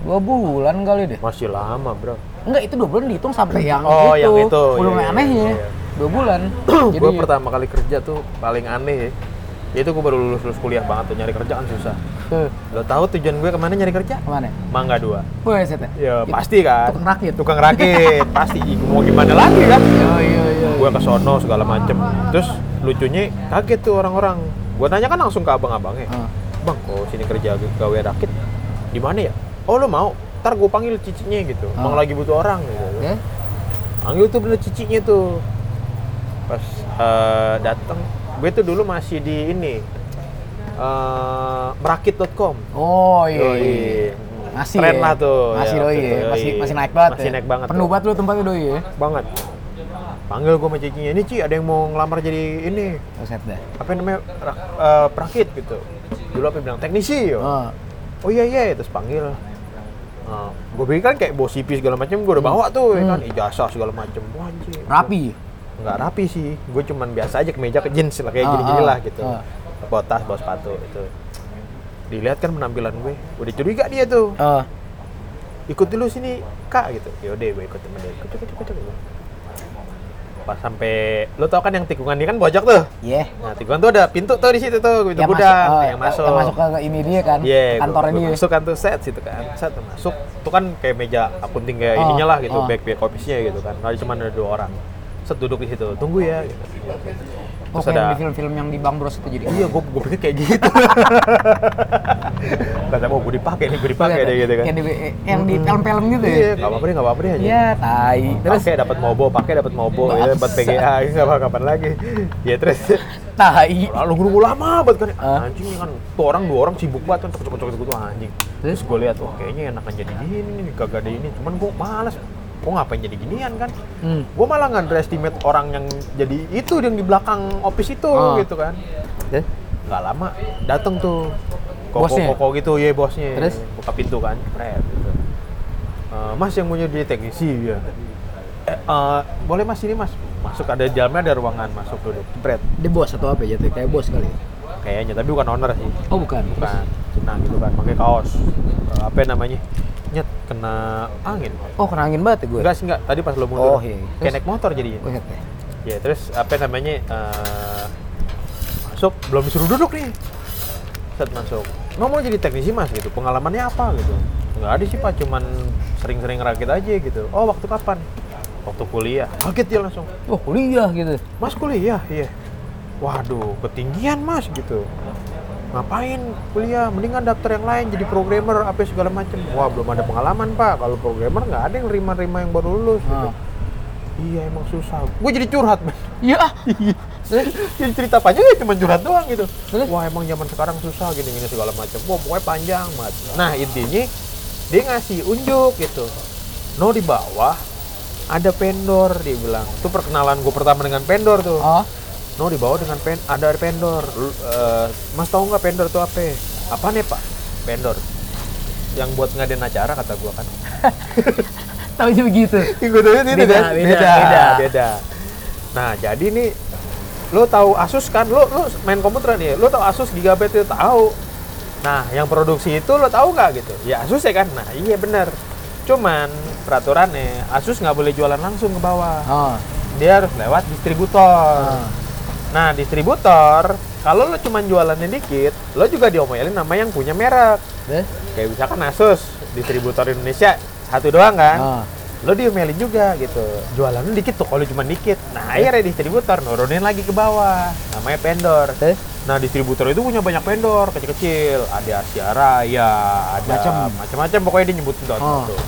S2: dua bulan kali deh
S1: Masih lama bro.
S2: enggak itu dua bulan dihitung sampai yang
S1: Oh,
S2: itu
S1: yang itu.
S2: belum
S1: Iya, iya,
S2: anehnya
S1: iya.
S2: dua
S1: *clears throat*
S2: bulan
S1: gue
S2: ya.
S1: pertama kali kerja tuh paling aneh ya. Itu gue baru lulus lulus kuliah banget tuh nyari kerjaan susah.
S2: eh,
S1: Lo tahu tujuan gue kemana nyari kerja?
S2: kemana
S1: Mangga dua.
S2: Wah, set Gitu.
S1: Ya
S2: Itu
S1: pasti kan.
S2: tukang rakit
S1: Tukang
S2: *laughs*
S1: rakit pasti. Ih, Mau gimana lagi kan?
S2: iya iya iya
S1: Gue ke sono segala macem. Terus lucunya kaget tuh orang-orang. Gue tanya kan langsung ke abang-abangnya.
S2: Ah.
S1: Bang, oh sini kerja gawe rakit. Di mana ya? Oh lo mau? Ntar gue panggil cicinya gitu.
S2: Ah.
S1: Emang lagi butuh orang gitu.
S2: Oke.
S1: Panggil tuh bener cicinya tuh. Pas eh, datang, gue tuh dulu masih di ini eh, merakit.com.
S2: oh iya,
S1: Yoi.
S2: iya. masih
S1: Tren
S2: ya?
S1: lah tuh,
S2: masih
S1: ya,
S2: doi
S1: waktu
S2: ya
S1: itu,
S2: masih
S1: yoi.
S2: masih naik banget
S1: Masih
S2: ya?
S1: naik banget
S2: penuh
S1: tuh.
S2: banget lu tempatnya doi ya
S1: Banget. Panggil gue sama cicinya. Ini Ci, ada yang mau ngelamar jadi ini
S2: Buset dah.
S1: apa namanya rak- eh, perakit gitu dulu apa bilang teknisi yo
S2: Oh,
S1: oh iya iya terus panggil gue pikir kan kayak bos IP segala macam gue udah bawa tuh ya kan ijazah segala macam wah anjir
S2: rapi.
S1: nggak rapi sih gue cuman biasa aja kemeja ke jeans lah kayak
S2: Ah,
S1: gini gini
S2: ah,
S1: lah gitu
S2: ah.
S1: bawa tas bawa sepatu itu dilihat kan penampilan gue udah curiga dia tuh
S2: Oh,
S1: ikut dulu sini kak gitu yaudah gue ikut temen dia ikut ikut ikut ikut. pas sampai lo tau kan yang tikungan ini kan bojok tuh
S2: yeah.
S1: Nah, tikungan tuh ada pintu tuh di situ tuh, pintu gudang
S2: oh,
S1: yang masuk.
S2: Yang iya. masuk ke ke ini dia kan,
S1: Iya,
S2: kantornya
S1: gua-
S2: dia.
S1: gua Masuk kan tuh set situ kan. Set tuh masuk. Tuh kan kayak meja akunting kayak
S2: Oh,
S1: ininya lah gitu,
S2: oh.
S1: back back office-nya gitu kan. Nah, cuma ada dua orang. Set duduk di situ. Tunggu ya gitu.
S2: Oh,
S1: Terus
S2: kayak
S1: ada
S2: di film-film yang di Bang Bros itu jadi.
S1: Iya, gue gue pikir kayak gitu. *laughs* Kata mau gue dipakai nih, gue dipakai deh gitu kan.
S2: Yang di, yang di film-film gitu ya.
S1: Iya, nggak apa-apa deh, nggak apa-apa deh aja.
S2: Iya, tai.
S1: Terus kayak dapat mobo, pakai dapat mobo, ya, dapat
S2: Bangsat.
S1: PGA, *laughs* nggak apa kapan lagi. Ya terus
S2: Tai.
S1: lalu guru lama banget kan
S2: Ah.
S1: anjing ini kan tuh orang dua orang sibuk banget kan cocok cocok cocok tuh anjing terus gue lihat wah kayaknya enakan jadi gini nih kagak ada ini cuman gue malas gue ngapain jadi ginian kan
S2: Hmm.
S1: gue malah nggak underestimate orang yang jadi itu yang di belakang office itu
S2: Ah.
S1: gitu kan nggak lama dateng tuh koko
S2: Bosnya?
S1: koko gitu ya bosnya
S2: Terus?
S1: buka pintu kan Pret, gitu. Eh, mas yang mau jadi teknisi ya eh, eh, boleh mas ini mas masuk ada di dalamnya ada ruangan masuk duduk Pret.
S2: Dia bos atau apa ya? Kayak bos kali. ya?
S1: kayaknya tapi bukan owner sih
S2: Oh, bukan.
S1: bukan nah gitu kan pakai kaos Eh, apa namanya nyet kena angin
S2: Oh, kena angin banget ya gue.
S1: enggak sih enggak tadi pas lo mundur
S2: Oh, iya.
S1: kayak naik motor jadinya
S2: Buset ya.
S1: ya terus apa namanya eh, masuk belum disuruh duduk nih set masuk mau mau jadi teknisi mas gitu pengalamannya apa gitu nggak ada sih pak cuman sering-sering rakit aja gitu oh waktu kapan waktu kuliah kaget dia langsung
S2: Oh, kuliah gitu.
S1: Mas kuliah, iya. Waduh, ketinggian mas gitu. Ngapain kuliah? Mendingan daftar yang lain jadi programmer apa segala macem. Wah belum ada pengalaman pak. Kalau programmer nggak ada yang nerima-nerima yang baru lulus. Gitu.
S2: Ah.
S1: Iya emang susah. Gue jadi curhat mas. *laughs*
S2: Iya. ah.
S1: jadi cerita panjang ya cuma curhat doang gitu.
S2: Terus?
S1: Wah emang zaman sekarang susah gini-gini segala macem. Wah pokoknya panjang mas. Nah intinya dia ngasih unjuk gitu. No di bawah ada vendor dia bilang. Itu perkenalan gue pertama dengan vendor tuh.
S2: Oh,
S1: No dibawa dengan pen ada pendor. Lu- eh, mas tahu nggak pendor itu apa? Apa nih pak? Pendor. Yang buat ngadain acara kata gua kan.
S2: tahu begitu.
S1: beda,
S2: Beda, beda,
S1: beda,
S2: beda.
S1: beda. Nah jadi nih lo tahu Asus kan? Lo lo main komputer nih. Lo tahu Asus Gigabyte itu tahu. Nah yang produksi itu lo tahu nggak gitu? Ya Asus ya kan. Nah iya benar. Cuman peraturannya Asus nggak boleh jualan langsung ke bawah
S2: Oh.
S1: dia harus lewat distributor.
S2: Ah.
S1: Nah, distributor, kalau lo cuma jualannya dikit, lo juga diomelin nama yang punya merek.
S2: Terus?
S1: Kayak misalkan Asus, distributor Indonesia, satu doang kan.
S2: Ah.
S1: Lo diomelin juga gitu. Jualan lo dikit tuh kalau cuma dikit. Nah, akhirnya distributor nurunin lagi ke bawah. Namanya vendor.
S2: Terus?
S1: Nah, distributor itu punya banyak vendor kecil-kecil. Ada Asia Raya,
S2: Macem.
S1: ada macam-macam pokoknya dia nyebutin tuh.
S2: Oh.
S1: tuh.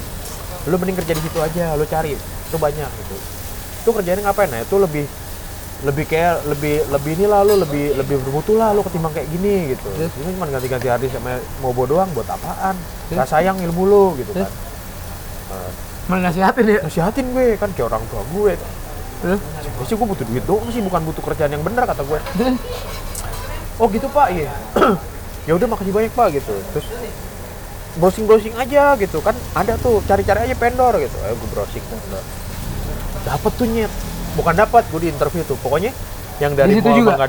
S1: Lu mending kerja di situ aja, lu cari. Itu banyak gitu. Itu kerjanya ngapain? Nah, itu lebih lebih kayak lebih lebih ini lah lu lebih lebih bermutu lah lu ketimbang kayak gini gitu.
S2: Terus?
S1: Ini cuma ganti-ganti hari sama mobo doang buat apaan?
S2: Terus?
S1: Gak sayang ilmu lu gitu kan.
S2: Terus?
S1: Eh,
S2: Malah nasihatin ya.
S1: Nasihatin gue kan kayak orang tua gue.
S2: Terus?
S1: Sebenarnya sih gue butuh
S2: *laughs*
S1: duit doang sih bukan butuh kerjaan yang bener kata gue. Oh gitu pak, iya. *clears throat* ya udah makasih banyak pak gitu terus browsing browsing aja gitu kan ada tuh cari-cari aja vendor gitu eh gue browsing vendor dapat tuh nyet bukan dapat gue di interview tuh pokoknya yang dari
S2: Di situ
S1: Mall
S2: juga?
S1: Mangga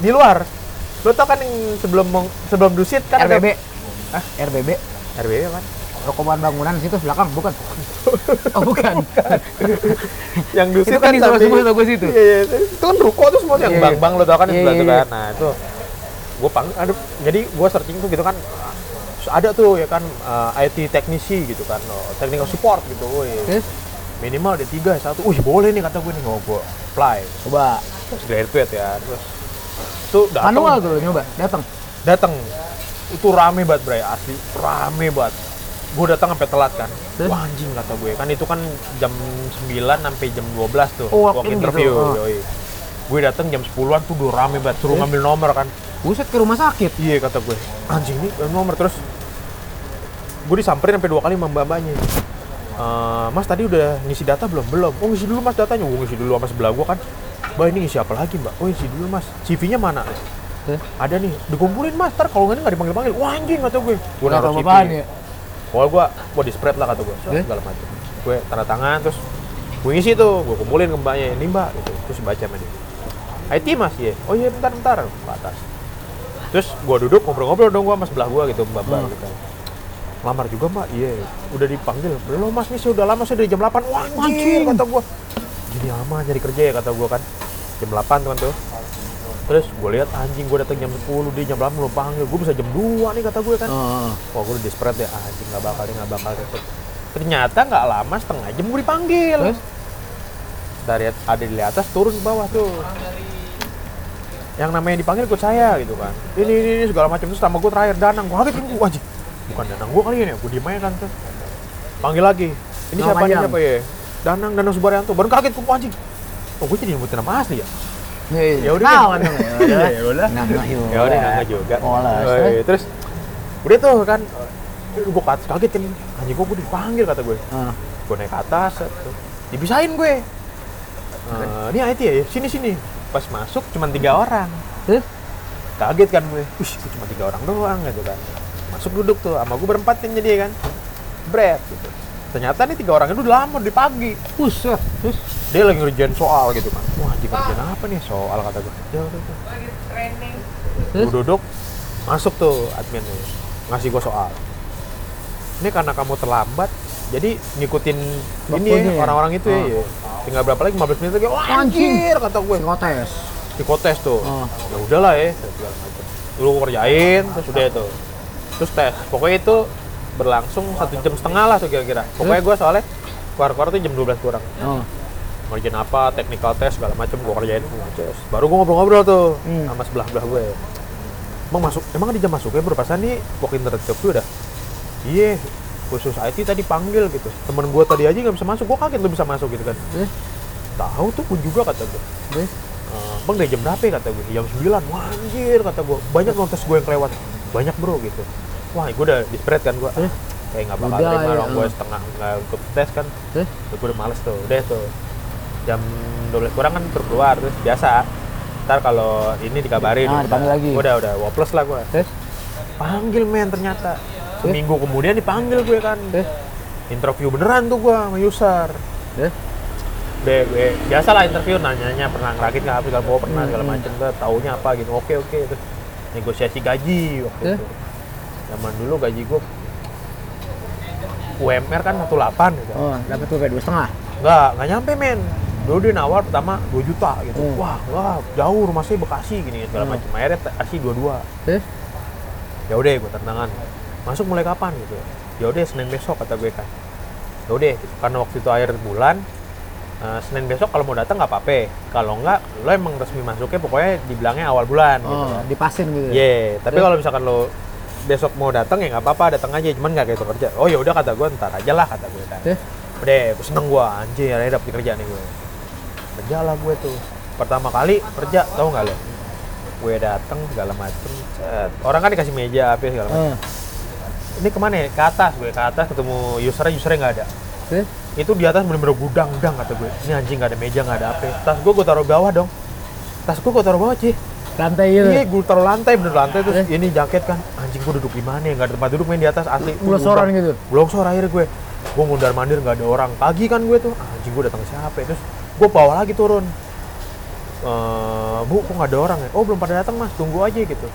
S1: 2 di luar lo tau kan yang sebelum Mong- sebelum dusit kan ada-
S2: RBB. Ah, RBB.
S1: RBB kan
S2: Rokoban bangunan situ belakang
S1: *laughs*
S2: bukan. Oh, bukan.
S1: yang dusit
S2: Itu kan di
S1: samping-
S2: sebelah-sebelah gua situ.
S1: Iya, iya. Itu kan ruko tuh semua tuh yang
S2: Iya, iya.
S1: bang-bang lo tau kan di
S2: Iya,
S1: sebelah
S2: iya,
S1: itu
S2: iya.
S1: kan. Nah, itu gue pang aduh, jadi gue searching tuh gitu kan terus ada tuh ya kan eh, IT teknisi gitu kan oh, technical support gitu woi
S2: Terus
S1: minimal ada tiga satu wih boleh nih kata gue nih oh gue apply
S2: coba
S1: terus graduate ya terus itu datang
S2: manual tuh lo nyoba, datang.
S1: datang itu rame banget bray asli rame banget gue datang sampai telat kan
S2: Terus?
S1: wah anjing kata gue kan itu kan jam 9 sampai jam 12 tuh
S2: Oh, walk in
S1: interview
S2: gitu, oh.
S1: yoi. gue datang jam 10-an tuh udah rame banget suruh
S2: Terus?
S1: ngambil nomor kan
S2: Buset ke rumah sakit.
S1: iya kata gue anjing nih ngambil nomor terus gue disamperin sampai dua kali sama mbak-mbaknya "Eh, mas tadi udah ngisi data belum? Belum. Oh ngisi dulu mas datanya. Oh ngisi dulu sama sebelah gue kan. Mbak ini ngisi apa lagi mbak? Oh ngisi dulu mas. CV-nya mana?
S2: Terus
S1: ada nih dikumpulin mas ntar kalau nggak ini nggak dipanggil panggil wah anjing kata gue gue
S2: nggak
S1: naruh
S2: tahu
S1: CV
S2: apaan ya.
S1: pokoknya gue gue di spread lah kata gue
S2: Terus?
S1: segala macam gue tanda tangan terus gue ngisi tuh gue kumpulin ke mbaknya ini mbak gitu terus baca sama dia IT mas ya oh iya bentar bentar ke atas terus gue duduk ngobrol-ngobrol dong gue sama sebelah gue gitu mbak mbak
S2: Hmm.
S1: gitu lamar juga mbak iya udah dipanggil belum mas nih sudah lama sudah dari jam 8 wah anjing
S2: Anjing.
S1: kata gue jadi lama nyari kerja ya kata gue kan jam 8 teman tuh terus gue lihat anjing gue datang jam 10 dia jam 8 belum panggil gue bisa jam 2 nih kata gue kan
S2: Oh,
S1: Wah gue udah di spread ya, anjing nggak bakal nih, nggak bakal dapet. Ternyata nggak lama setengah jam gue dipanggil.
S2: Terus?
S1: Dari at- ada di atas turun ke bawah tuh. Yang namanya dipanggil ikut saya gitu kan. Ini ini, ini segala macam terus sama gue terakhir Danang. Gue kaget kan gue anjing. Bukan Danang gue kali ini, gue diem aja kan tuh. Panggil lagi. Ini
S2: Nama
S1: siapa ini
S2: panjang.
S1: siapa ya? Danang Danang Subaryanto. Baru kaget gue anjing. Oh gue jadi nyebutin nama asli ya? Ya
S2: ya
S1: udah, Ken.
S2: udah. Tahu kan dong, ya udah.
S1: *laughs* Ya udah.
S2: Nah, nah, yaudah.
S1: Ya udah nggak juga.
S2: Olah.
S1: Oh, iya. Terus udah tuh kan gue kaget kan anjing gue dipanggil kata gue
S2: Ah,
S1: gue naik ke atas set, tuh. dibisain gue
S2: Hmm.
S1: Eh, ini IT ya sini sini pas masuk cuma tiga orang
S2: Terus
S1: kaget kan gue wih kok cuma tiga orang doang gitu kan masuk duduk tuh sama gue berempat kan jadi kan bread gitu ternyata nih tiga orang itu udah lama di pagi
S2: Buset, terus
S1: dia lagi ngerjain soal gitu kan wah anjing ngerjain apa nih soal kata gue Ya udah, udah.
S2: terus
S1: Gua duduk masuk tuh adminnya ngasih gue soal ini karena kamu terlambat jadi ngikutin ini
S2: Waktunya
S1: ya,
S2: ya?
S1: orang-orang itu ya, ya tinggal berapa lagi 15 menit lagi Wah,
S2: Anjing.
S1: anjir kata gue
S2: psikotes.
S1: psikotes tuh
S2: Oh.
S1: ya udahlah ya segala macam. lu kerjain terus udah itu terus tes pokoknya itu berlangsung satu jam setengah lah tuh kira-kira pokoknya gue soalnya keluar-keluar tuh jam 12 kurang
S2: Oh,
S1: ngerjain apa, technical test segala macam gue kerjain Terus Baru gue ngobrol-ngobrol tuh
S2: Hmm.
S1: sama sebelah sebelah gue. Emang masuk, emang di jam masuknya berapa sih nih? Walk in interview udah. Iya, khusus IT tadi panggil gitu. Temen gue tadi aja nggak bisa masuk, gue kaget lu bisa masuk gitu kan.
S2: terus
S1: Tahu tuh gue juga kata gue.
S2: terus
S1: "Eh, bang dari jam berapa ya kata gue? Jam 9, wah anjir kata gue. Banyak dong tes gue yang kelewat. Banyak bro gitu. Wah gue udah di spread kan gue.
S2: Terus?
S1: Kayak nggak bakal
S2: Udah,
S1: terima
S2: ya,
S1: orang gue
S2: eh.
S1: setengah nggak ikut tes kan.
S2: terus
S1: Terus gue udah males tuh, udah tuh jam 12 kurang kan baru keluar terus biasa ntar kalau ini dikabarin
S2: Ah,
S1: udah.
S2: dipanggil lagi.
S1: udah udah waples lah gue
S2: terus
S1: panggil men ternyata
S2: Eh?
S1: seminggu kemudian dipanggil gue kan
S2: terus
S1: interview beneran tuh gue sama user
S2: terus
S1: deh gue biasa lah interview nanyanya pernah ngerakit nggak apa gue pernah segala
S2: Hmm.
S1: macem gue taunya apa gitu oke oke terus negosiasi gaji waktu
S2: Eh?
S1: itu zaman dulu gaji gue UMR kan 18 gitu
S2: Oh, dapat gue kayak dua setengah.
S1: Nggak, nggak nyampe men. Dulu dia nawar pertama 2 juta gitu.
S2: Hmm.
S1: Wah, wah, jauh rumah saya Bekasi gini segala
S2: Hmm.
S1: macam. Akhirnya kasih dua-dua.
S2: Terus
S1: Ya udah gue tantangan. Masuk mulai kapan gitu. Ya udah Senin besok kata gue kan. Ya udah gitu. karena waktu itu akhir bulan eh, Senin besok kalau mau datang nggak apa-apa. Kalau nggak, lo emang resmi masuknya pokoknya dibilangnya awal bulan gitu.
S2: oh, dipasin gitu.
S1: Iya,
S2: ya?
S1: tapi
S2: Terus?
S1: kalau misalkan lo besok mau datang ya nggak apa-apa datang aja cuman nggak kayak itu kerja oh ya udah kata gue ntar aja lah kata gue kan
S2: Terus
S1: Udah, gue seneng gue, anjir, akhirnya dapet kerjaan nih gue. Kerja lah gue tuh. Pertama kali kerja, tau gak lo? Gue dateng segala macem, set. Orang kan dikasih meja, apa segala macem.
S2: eh,
S1: Ini kemana ya? Ke atas, gue ke atas ketemu usernya, usernya gak ada.
S2: terus
S1: Itu di atas bener-bener gudang-gudang kata gue. Ini anjing gak ada meja, gak ada apa. Tas gue gue taruh bawah dong. Tas gue gue taruh bawah, Ci.
S2: lantai gitu
S1: Iya, gue taruh lantai, bener lantai terus ini jaket kan. Anjing gue duduk di mana ya? Gak ada tempat duduk main di atas asli. Gua udah-
S2: Blosor-an gitu?
S1: Blosor akhirnya gue. Gue ngundar mandir gak ada orang. Pagi kan gue tuh, anjing gue datang siapa ya? Terus gue bawa lagi turun. Eh, bu, kok gak ada orang ya? Oh belum pada datang mas, tunggu aja gitu.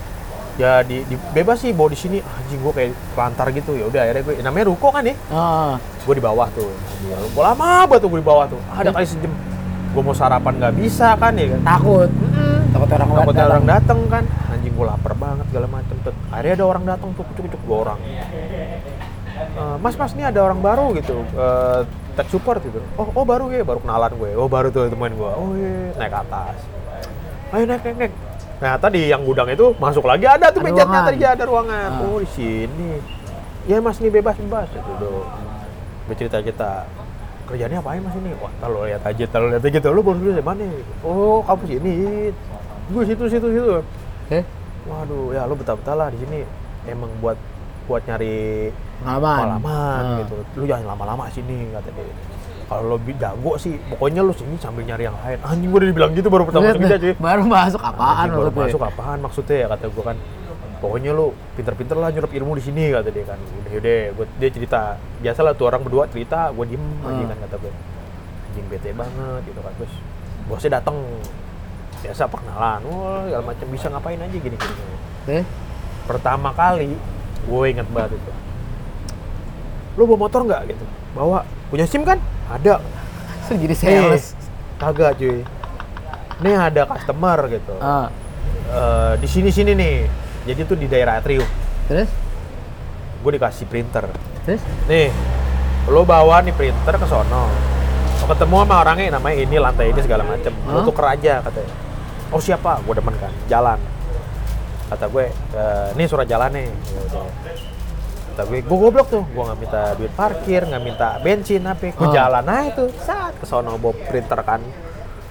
S1: Ya di, di- bebas sih bawa di sini. Anjing gue kayak lantar gitu. Ya udah akhirnya gue, namanya ruko kan ya?
S2: Ah,
S1: gue di bawah tuh Gua lama banget tuh gue di bawah tuh ada kali sejam gue mau sarapan nggak bisa kan ya kan
S2: takut takut orang lewat
S1: takutnya
S2: dalam.
S1: orang dateng kan anjing gue lapar banget segala macem Tet, akhirnya ada orang dateng tuh kucuk kucuk dua orang Eh, mas mas ini ada orang baru gitu Eh, tech support gitu oh oh baru ya baru kenalan gue oh baru tuh teman gue oh iya naik ke atas ayo naik naik naik nah tadi yang gudang itu masuk lagi ada tuh
S2: Ada
S1: mejanya
S2: ruangan.
S1: tadi ada ruangan
S2: Ah.
S1: oh di sini ya mas ini gitu, bebas bebas itu tuh gue cerita cerita kerjanya apa mas ini wah ntar lo lihat aja ntar lo lihat aja gitu lo baru dulu dari mana oh kamu sini gue situ situ situ
S2: Eh,
S1: waduh ya lo betah betah lah di sini emang buat buat nyari
S2: pengalaman
S1: pengalaman
S2: Ah.
S1: gitu lu jangan lama-lama sini kata dia kalau lo bi- jago sih pokoknya lo sini sambil nyari yang lain anjing gue udah dibilang gitu baru pertama
S2: Lihat
S1: masuk kerja
S2: deh,
S1: cuy
S2: baru masuk apaan
S1: Anjing, baru
S2: menurut gue?
S1: masuk apaan maksudnya ya kata gue kan pokoknya lu pinter-pinter lah nyurup ilmu di sini kata dia kan udah udah gue dia cerita biasalah tuh orang berdua cerita gue diem aja
S2: Hmm.
S1: kan kata gue anjing bete banget gitu kan terus bosnya datang biasa perkenalan wah segala macam bisa ngapain aja gini gini, gini.
S2: Eh,
S1: pertama kali gue inget banget itu lu bawa motor nggak gitu bawa punya sim kan ada
S2: terus jadi
S1: Nih,
S2: sales.
S1: kagak cuy nih ada customer gitu
S2: Ah,
S1: Eh, di sini sini nih jadi tuh di daerah atrium
S2: terus,
S1: gue dikasih printer
S2: terus,
S1: nih lo bawa nih printer ke sono Lo ketemu sama orangnya namanya ini lantai ini segala macem lo
S2: Hah?
S1: tuker aja katanya oh siapa gue demen kan jalan kata gue "Eh, nih surat jalan nih Ya udah. kata gue gue goblok tuh gue nggak minta duit parkir nggak minta bensin apa gue
S2: Hah?
S1: jalan aja tuh saat ke sono bawa printer kan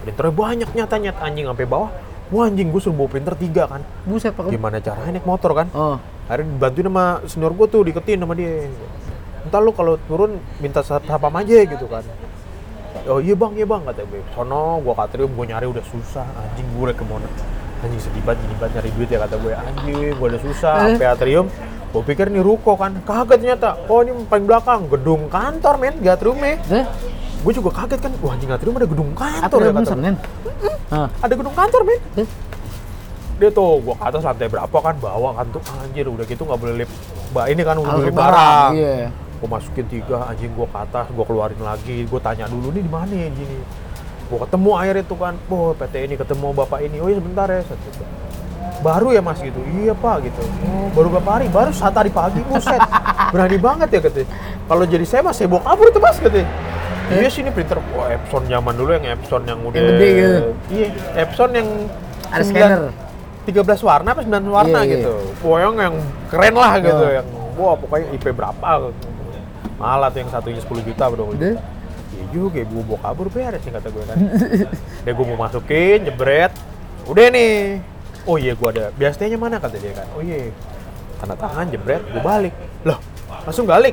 S1: printernya banyak nyata nyata anjing sampai bawah Wah anjing gue suruh bawa printer tiga kan
S2: buset pakai.
S1: Gimana caranya naik motor kan
S2: Oh,
S1: akhirnya dibantuin sama senior gue tuh diketin sama dia ntar lu kalau turun minta sat- satpam aja gitu kan oh iya bang iya bang kata gue sono gue katrium gue nyari udah susah anjing gue udah kemana anjing sedih banget gini banget nyari duit ya kata gue anjing gue udah susah
S2: Eh.
S1: sampai atrium gue pikir nih ruko kan kaget ternyata oh ini paling belakang gedung kantor men gak atriumnya
S2: terus,
S1: gue juga kaget kan wah anjing atrium ada gedung kantor
S2: atur
S1: ya
S2: belum
S1: kata gue.
S2: senin. Ah,
S1: ada gedung kantor men
S2: terus,
S1: dia tuh gua ke atas lantai berapa kan bawa kan tuh anjir udah gitu nggak boleh lip ba ini kan udah beli
S2: langsung
S1: barang
S2: Iya.
S1: gua masukin tiga anjing gua ke atas gua keluarin lagi gua tanya dulu nih di mana ya gini gua ketemu akhirnya tuh kan oh PT ini ketemu bapak ini oh iya sebentar ya satu baru ya mas gitu iya pak gitu "Oh, baru berapa hari baru saat hari pagi buset berani banget ya katanya kalau jadi saya mas saya bawa kabur tuh mas katanya Iya sih ini printer wah Epson zaman dulu yang Epson yang udah
S2: Eh? gede gitu.
S1: Iya, Epson yang
S2: Ada
S1: sembilan-
S2: scanner.
S1: 13 warna apa 9 warna
S2: Iya, iya.
S1: gitu. Pokoknya yang keren lah gitu
S2: Oh.
S1: yang wah pokoknya IP berapa gitu. Malah tuh yang satunya 10 juta bro.
S2: Deh.
S1: Iya juga, gue bawa kabur beres sih kata gue kan. Dia gue mau masukin, jebret. Udah nih. Oh iya gue ada. Biasanya mana kata dia kan. Oh iya. Tanda tangan jebret, gue balik. Loh, langsung balik.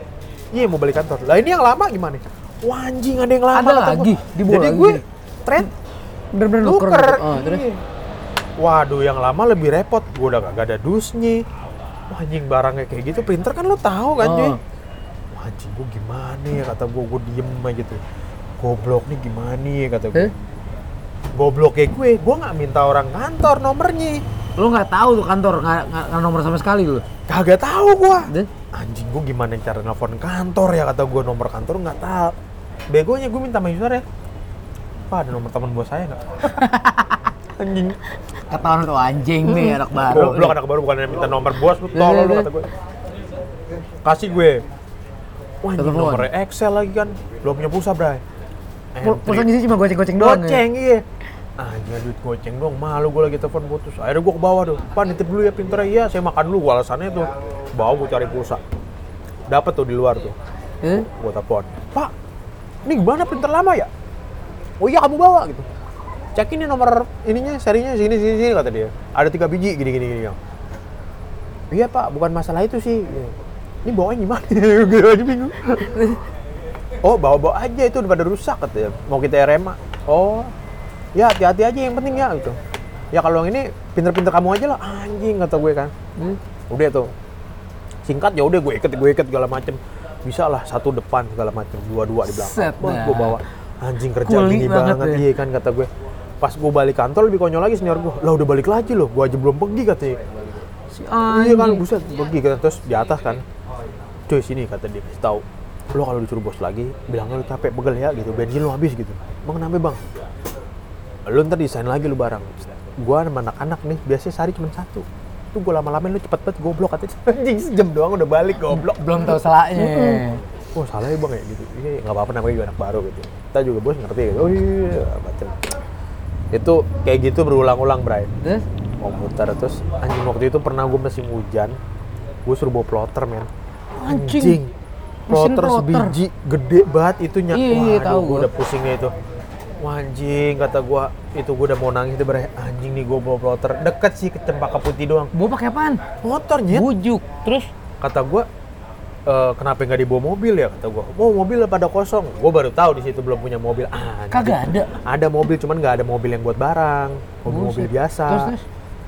S1: Iya mau balik kantor. Lah ini yang lama gimana? Wah anjing ada yang lama.
S2: Ada
S1: kata gue.
S2: lagi, dibawa
S1: Jadi
S2: lagi.
S1: gue trade
S2: Bener-bener
S1: nuker.
S2: nuker. gitu. Ah, terus,
S1: Iya. Waduh, yang lama lebih repot. Gue udah gak ada dusnya. Wah, anjing barangnya kayak gitu. Printer kan lo tahu kan, cuy.
S2: Oh.
S1: Wah, anjing gue gimana ya kata gue, gue diem aja gitu. Goblok nih gimana ya kata gue.
S2: Eh?
S1: Goblok kayak gue, gue nggak minta orang kantor nomornya.
S2: lu nggak tahu tuh kantor nggak nggak nggak nomor sama sekali lu.
S1: Kagak tahu gue.
S2: Terus,
S1: Anjing gue gimana cara nelfon kantor ya kata gue nomor kantor nggak tahu. Begonya gue minta sama user ya. Pak ada nomor teman bos saya nggak? *laughs* anjing.
S2: ketahuan tuh anjing nih anak baru.
S1: Goblok anak baru bukan yang minta nomor bos lu
S2: Iya,
S1: tolol
S2: iya,
S1: lu
S2: iya.
S1: kata gue. Kasih gue. Wah, ini
S2: Telepon.
S1: nomornya Excel lagi kan. Belum punya pulsa, Bray.
S2: Pul- Pulsa
S1: Entry.
S2: ngisi cuma goceng-goceng doang. ya?
S1: Goceng, iya. Anjir duit goceng doang, malu gue lagi telepon putus. Akhirnya gue ke bawah tuh. Pan nitip dulu ya pinternya. Iya, saya makan dulu. Gue alasannya tuh bawa gue cari pulsa. Dapat tuh di luar tuh.
S2: Eh,
S1: Gue telepon. Pak, ini gimana printer lama ya? Oh iya kamu bawa gitu. Cek ini nomor ininya, serinya sini sini sini kata dia. Ada tiga biji gini gini gini. Yang. Iya pak, bukan masalah itu sih. Ini bawanya gimana? *laughs* Gue aja bingung. Oh bawa bawa aja itu udah pada rusak katanya. Mau kita RMA. Oh, ya hati-hati aja yang penting ya gitu. ya kalau yang ini pinter-pinter kamu aja lah anjing kata gue kan Hmm, udah tuh singkat ya udah gue ikat gue ikat segala macem bisa lah satu depan segala macem dua-dua di belakang
S2: Set,
S1: Wah,
S2: nah.
S1: gue bawa anjing kerja
S2: Kuli
S1: gini
S2: banget
S1: banget,
S2: ya.
S1: iya kan kata gue pas gue balik kantor lebih konyol lagi senior gue lah udah balik lagi loh gue aja belum pergi katanya
S2: Si
S1: iya kan
S2: anjing.
S1: buset pergi kan terus di atas kan cuy sini kata dia kasih tahu lo kalau disuruh bos lagi bilangnya lo capek pegel ya gitu bensin lo habis gitu bang kenapa bang lo ntar desain lagi lo barang gua sama anak-anak nih biasanya sehari cuma satu tuh gue lama-lamain lo cepet banget goblok katanya *laughs* anjing sejam doang udah balik goblok
S2: belum tahu salahnya.
S1: oh salah ya bang ya gitu iya nggak apa-apa namanya juga anak baru gitu kita juga bos ngerti gitu oh iya macam itu kayak gitu berulang-ulang Bray
S2: Terus
S1: komputer terus anjing waktu itu pernah gue mesin hujan gue suruh bawa plotter men
S2: Anjing. Mesin
S1: plotter
S2: plotter.
S1: sebiji gede banget itunya
S2: Iya, iya,
S1: Waduh,
S2: tahu
S1: gue
S2: gua.
S1: udah pusingnya itu Wah, anjing kata gue itu gue udah mau nangis itu berai anjing nih gue bawa plotter deket sih ke cempaka putih doang
S2: bawa pakai apaan?
S1: motornya
S2: Bujuk. Terus
S1: kata gue "Eh, kenapa nggak dibawa mobil ya kata gue mau mobil pada kosong gue baru tahu di situ belum punya mobil ah, anjing.
S2: kagak ada.
S1: ada mobil cuman nggak ada mobil yang buat barang mobil mobil
S2: Buset.
S1: biasa
S2: Terus, terus?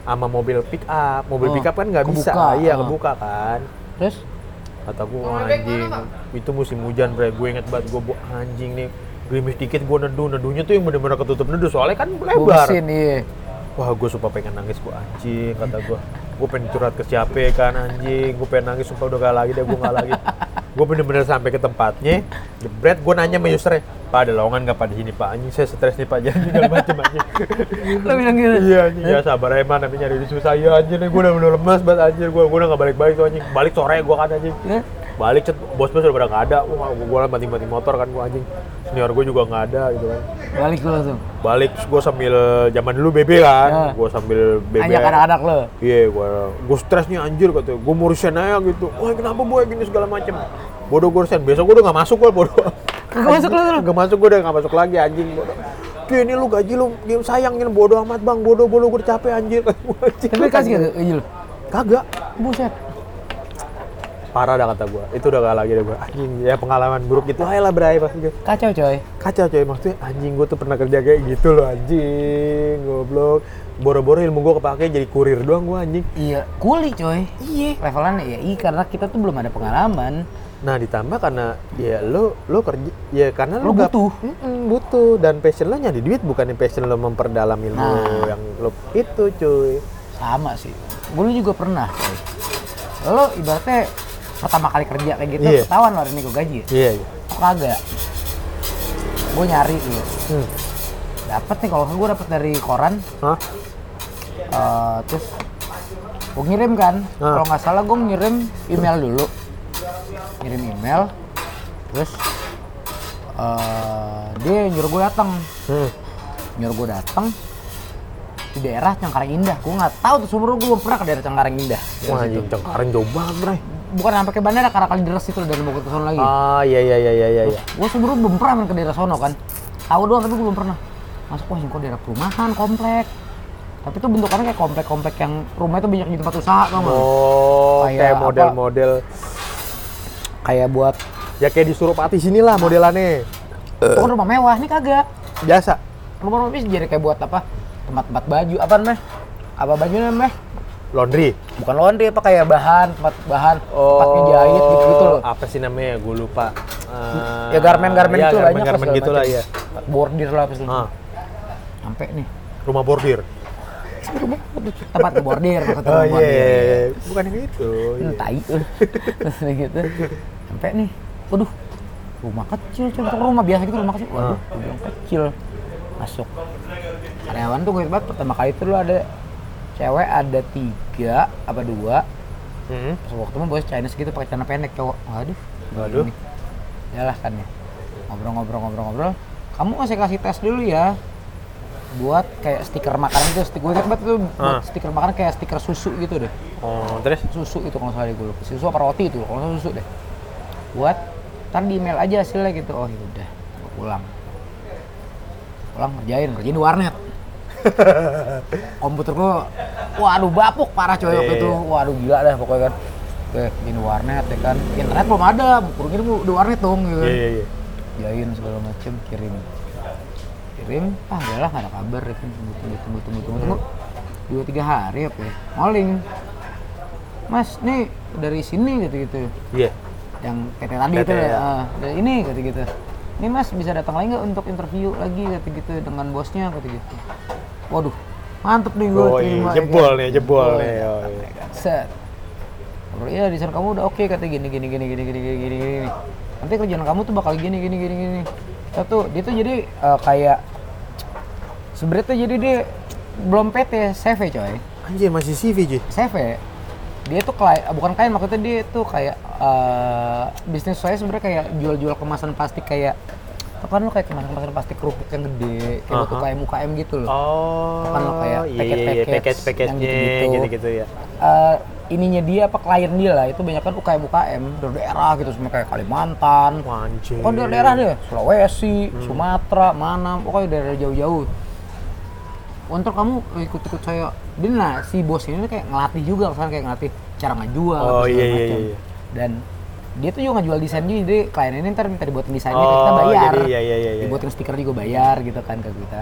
S1: sama mobil pick up mobil
S2: Oh,
S1: pick up kan nggak bisa
S2: kebuka,
S1: iya
S2: ah.
S1: kebuka kan
S2: Terus
S1: kata gue anjing itu musim hujan bre gue inget banget gue anjing nih gerimis dikit gue neduh neduhnya tuh yang bener-bener ketutup neduh soalnya kan
S2: bawa
S1: lebar
S2: mesin iya.
S1: wah gue sumpah pengen nangis gue anjing kata gue gue pengen curhat ke siapa kan anjing gue pengen nangis sumpah udah gak lagi deh gue gak lagi gue bener-bener sampai ke tempatnya jebret gue nanya sama usernya pak ada lowongan gak pada sini pak anjing saya stres nih pak *laughs* jangan segala macam anjing
S2: Lo bilang gitu.
S1: iya anjing ya sabar ya man tapi nyari duit susah iya anjing nih gue udah udah lemes banget anjing gue gue udah gak balik-balik tuh anjing balik sore gue kan anjing
S2: Terus?
S1: balik cet bos bos udah pada gak ada wah gue gue banting-banting motor kan gue anjing senior gue juga gak ada gitu kan
S2: Balik lo tuh.
S1: balik gue sambil zaman dulu BB
S2: Ya.
S1: kan gue sambil BB
S2: Ajak anak-anak lo.
S1: Iya, gua gue stres nih anjir katanya. Gue mau resign aja gitu. Wah, kenapa boy gini segala macem. Bodoh gue resign. Besok gue udah gak masuk gue bodoh.
S2: Kagak masuk lu, lu?
S1: Gak masuk gue udah gak masuk lagi anjing bodoh. Cuy ini lu gaji lu game sayang ini bodoh amat bang. Bodoh bodoh gue capek anjir.
S2: Tapi kasih gitu, iya lo.
S1: Kagak.
S2: Buset.
S1: Parah dah kata gue. Itu udah gak lagi deh gue. Anjing ya pengalaman buruk gitu. Ayolah berai pasti gue.
S2: Kacau coy.
S1: Kacau coy maksudnya anjing gue tuh pernah kerja kayak gitu loh anjing. Goblok. Boro-boro ilmu gue kepake jadi kurir doang gue anjing.
S2: Iya, kuli coy.
S1: Iya.
S2: Levelan ya, iya karena kita tuh belum ada pengalaman.
S1: Nah ditambah karena ya lo lo kerja ya karena
S2: Lo
S1: lo, nggak-
S2: butuh.
S1: Mm-mm, butuh dan passion lo nyari duit bukan yang passion lo memperdalam ilmu
S2: Nah.
S1: yang lo itu cuy.
S2: Sama sih. Gue juga pernah. coy. Lo ibaratnya pertama kali kerja kayak gitu,
S1: Iya.
S2: ketahuan lo hari ini gue gaji.
S1: Iya. iya.
S2: Kok kagak? Gue nyari gitu.
S1: Hmm.
S2: Dapat nih kalau gue dapat dari koran,
S1: Hah?
S2: eh, terus gue ngirim kan.
S1: Ah.
S2: Kalau nggak salah gue ngirim email dulu. Ngirim email, terus eh, dia nyuruh gue datang.
S1: Hmm.
S2: nyuruh gue datang di daerah Cengkareng Indah. Gue nggak tahu tuh seumur gue belum pernah ke daerah Cengkareng Indah.
S1: Wah anjing cengkareng jauh banget bray.
S2: Bukan sampai ke bandara karena kali deres itu dari Bogor ke sono lagi.
S1: Ah iya iya iya iya iya. iya.
S2: Gue seumur belum pernah main ke daerah sono kan. Tahu doang tapi gue belum pernah. Masuk wah kok daerah perumahan komplek. Tapi itu bentukannya kayak komplek-komplek yang rumah itu banyak di tempat usaha tau nggak?
S1: Oh
S2: Nah. Kayak
S1: kayak
S2: apa?
S1: model-model
S2: Kayak buat
S1: ya kayak di Surupati sini lah modelannya Eh.
S2: bukan rumah mewah nih kagak.
S1: biasa.
S2: Rumah-rumah bisa jadi kayak buat apa? Tempat-tempat baju apa namanya? Apa baju namanya?
S1: Laundry.
S2: Bukan laundry apa kayak bahan tempat bahan tempat
S1: Oh,
S2: ngejahit gitu, gitu loh.
S1: Apa sih namanya? Gue lupa.
S2: ya garmen garmen
S1: ya,
S2: itu
S1: garmen,
S2: banyak
S1: garmen gitu lah ya.
S2: bordir lah apa segala
S1: Ah,
S2: macam. sampai nih
S1: rumah bordir.
S2: tempat ke bordir tempat
S1: Oh
S2: ke
S1: iya,
S2: bordir.
S1: iya, iya. bukan yang itu. iya.
S2: Hmm, tai *laughs* eh. terus udah gitu sampai nih waduh rumah kecil contoh rumah biasa gitu rumah kecil
S1: Ah.
S2: waduh gua bilang kecil masuk karyawan tuh gue banget pertama kali itu lu ada cewek ada tiga apa dua
S1: Hmm.
S2: pas waktu mah bos Chinese gitu pakai celana pendek cowok waduh
S1: Waduh.
S2: Yalah kan ya. Ngobrol-ngobrol-ngobrol-ngobrol. Kamu masih kasih tes dulu ya. Buat kayak stiker makanan itu, stiker gue ingat banget tuh
S1: Ah.
S2: buat stiker makanan kayak stiker susu gitu deh.
S1: Oh, terus?
S2: Susu itu kalau nggak salah gue lupa. Susu apa roti itu, kalau nggak salah susu deh. Buat ntar di email aja hasilnya gitu. Oh ya udah, gue pulang. Pulang kerjain, kerjain di
S1: *laughs*
S2: warnet. Komputer gue, waduh bapuk parah coy
S1: Iya,
S2: waktu itu.
S1: iya.
S2: Waduh gila dah pokoknya kan. Oke, di warnet ya kan. Internet belum ada, kurungin di warnet dong
S1: Iya,
S2: gitu. kan
S1: iya, iya.
S2: jain segala macem kirim kirim ah udahlah nggak ada kabar ya kan tunggu tunggu tunggu tunggu tunggu, tunggu. dua tiga hari apa ya maling mas nih dari sini gitu gitu
S1: Iya.
S2: yang PT tadi
S1: PT,
S2: itu ya.
S1: ya.
S2: ah, dari ini kata gitu ini mas bisa datang lagi nggak untuk interview lagi kata gitu dengan bosnya kata gitu waduh mantep nih gue
S1: Oh, iya, jebol nih, jebol nih, oh, iya.
S2: set Ngobrol, iya desain kamu udah oke kata gini gini gini gini gini gini gini gini nanti kerjaan kamu tuh bakal gini gini gini gini satu dia tuh jadi eh, kayak sebenarnya tuh jadi dia belum PT CV coy
S1: Anjir masih CV cuy.
S2: CV dia tuh klien, eh, bukan klien maksudnya dia tuh kayak eh, bisnis saya sebenarnya kayak jual-jual kemasan plastik kayak tau kan lo kayak kemasan-kemasan plastik kerupuk yang gede kayak buat
S1: Aha.
S2: UKM UKM gitu loh
S1: Oh.
S2: Kan lo kayak
S1: iya, iya, iya,
S2: package-package yang
S1: package-package-nya
S2: gitu-gitu.
S1: gitu-gitu ya.
S2: Eh, ininya dia apa klien dia lah itu banyak kan UKM UKM dari daerah gitu semua kayak Kalimantan
S1: Anjir.
S2: Oh dari daerah deh, Sulawesi,
S1: Hmm.
S2: Sumatera, mana, pokoknya daerah jauh-jauh. Untuk kamu eh, ikut-ikut saya, dia nah, si bos ini kayak ngelatih juga, misalnya kayak ngelatih cara ngejual,
S1: Oh,
S2: apa segala
S1: iya, iya,
S2: macam.
S1: iya.
S2: Dan dia tuh juga ngejual desain dia, jadi klien ini ntar minta dibuatin desainnya,
S1: Oh,
S2: kita bayar.
S1: jadi iya, iya, iya, iya.
S2: Dibuatin stiker juga bayar gitu kan ke kita.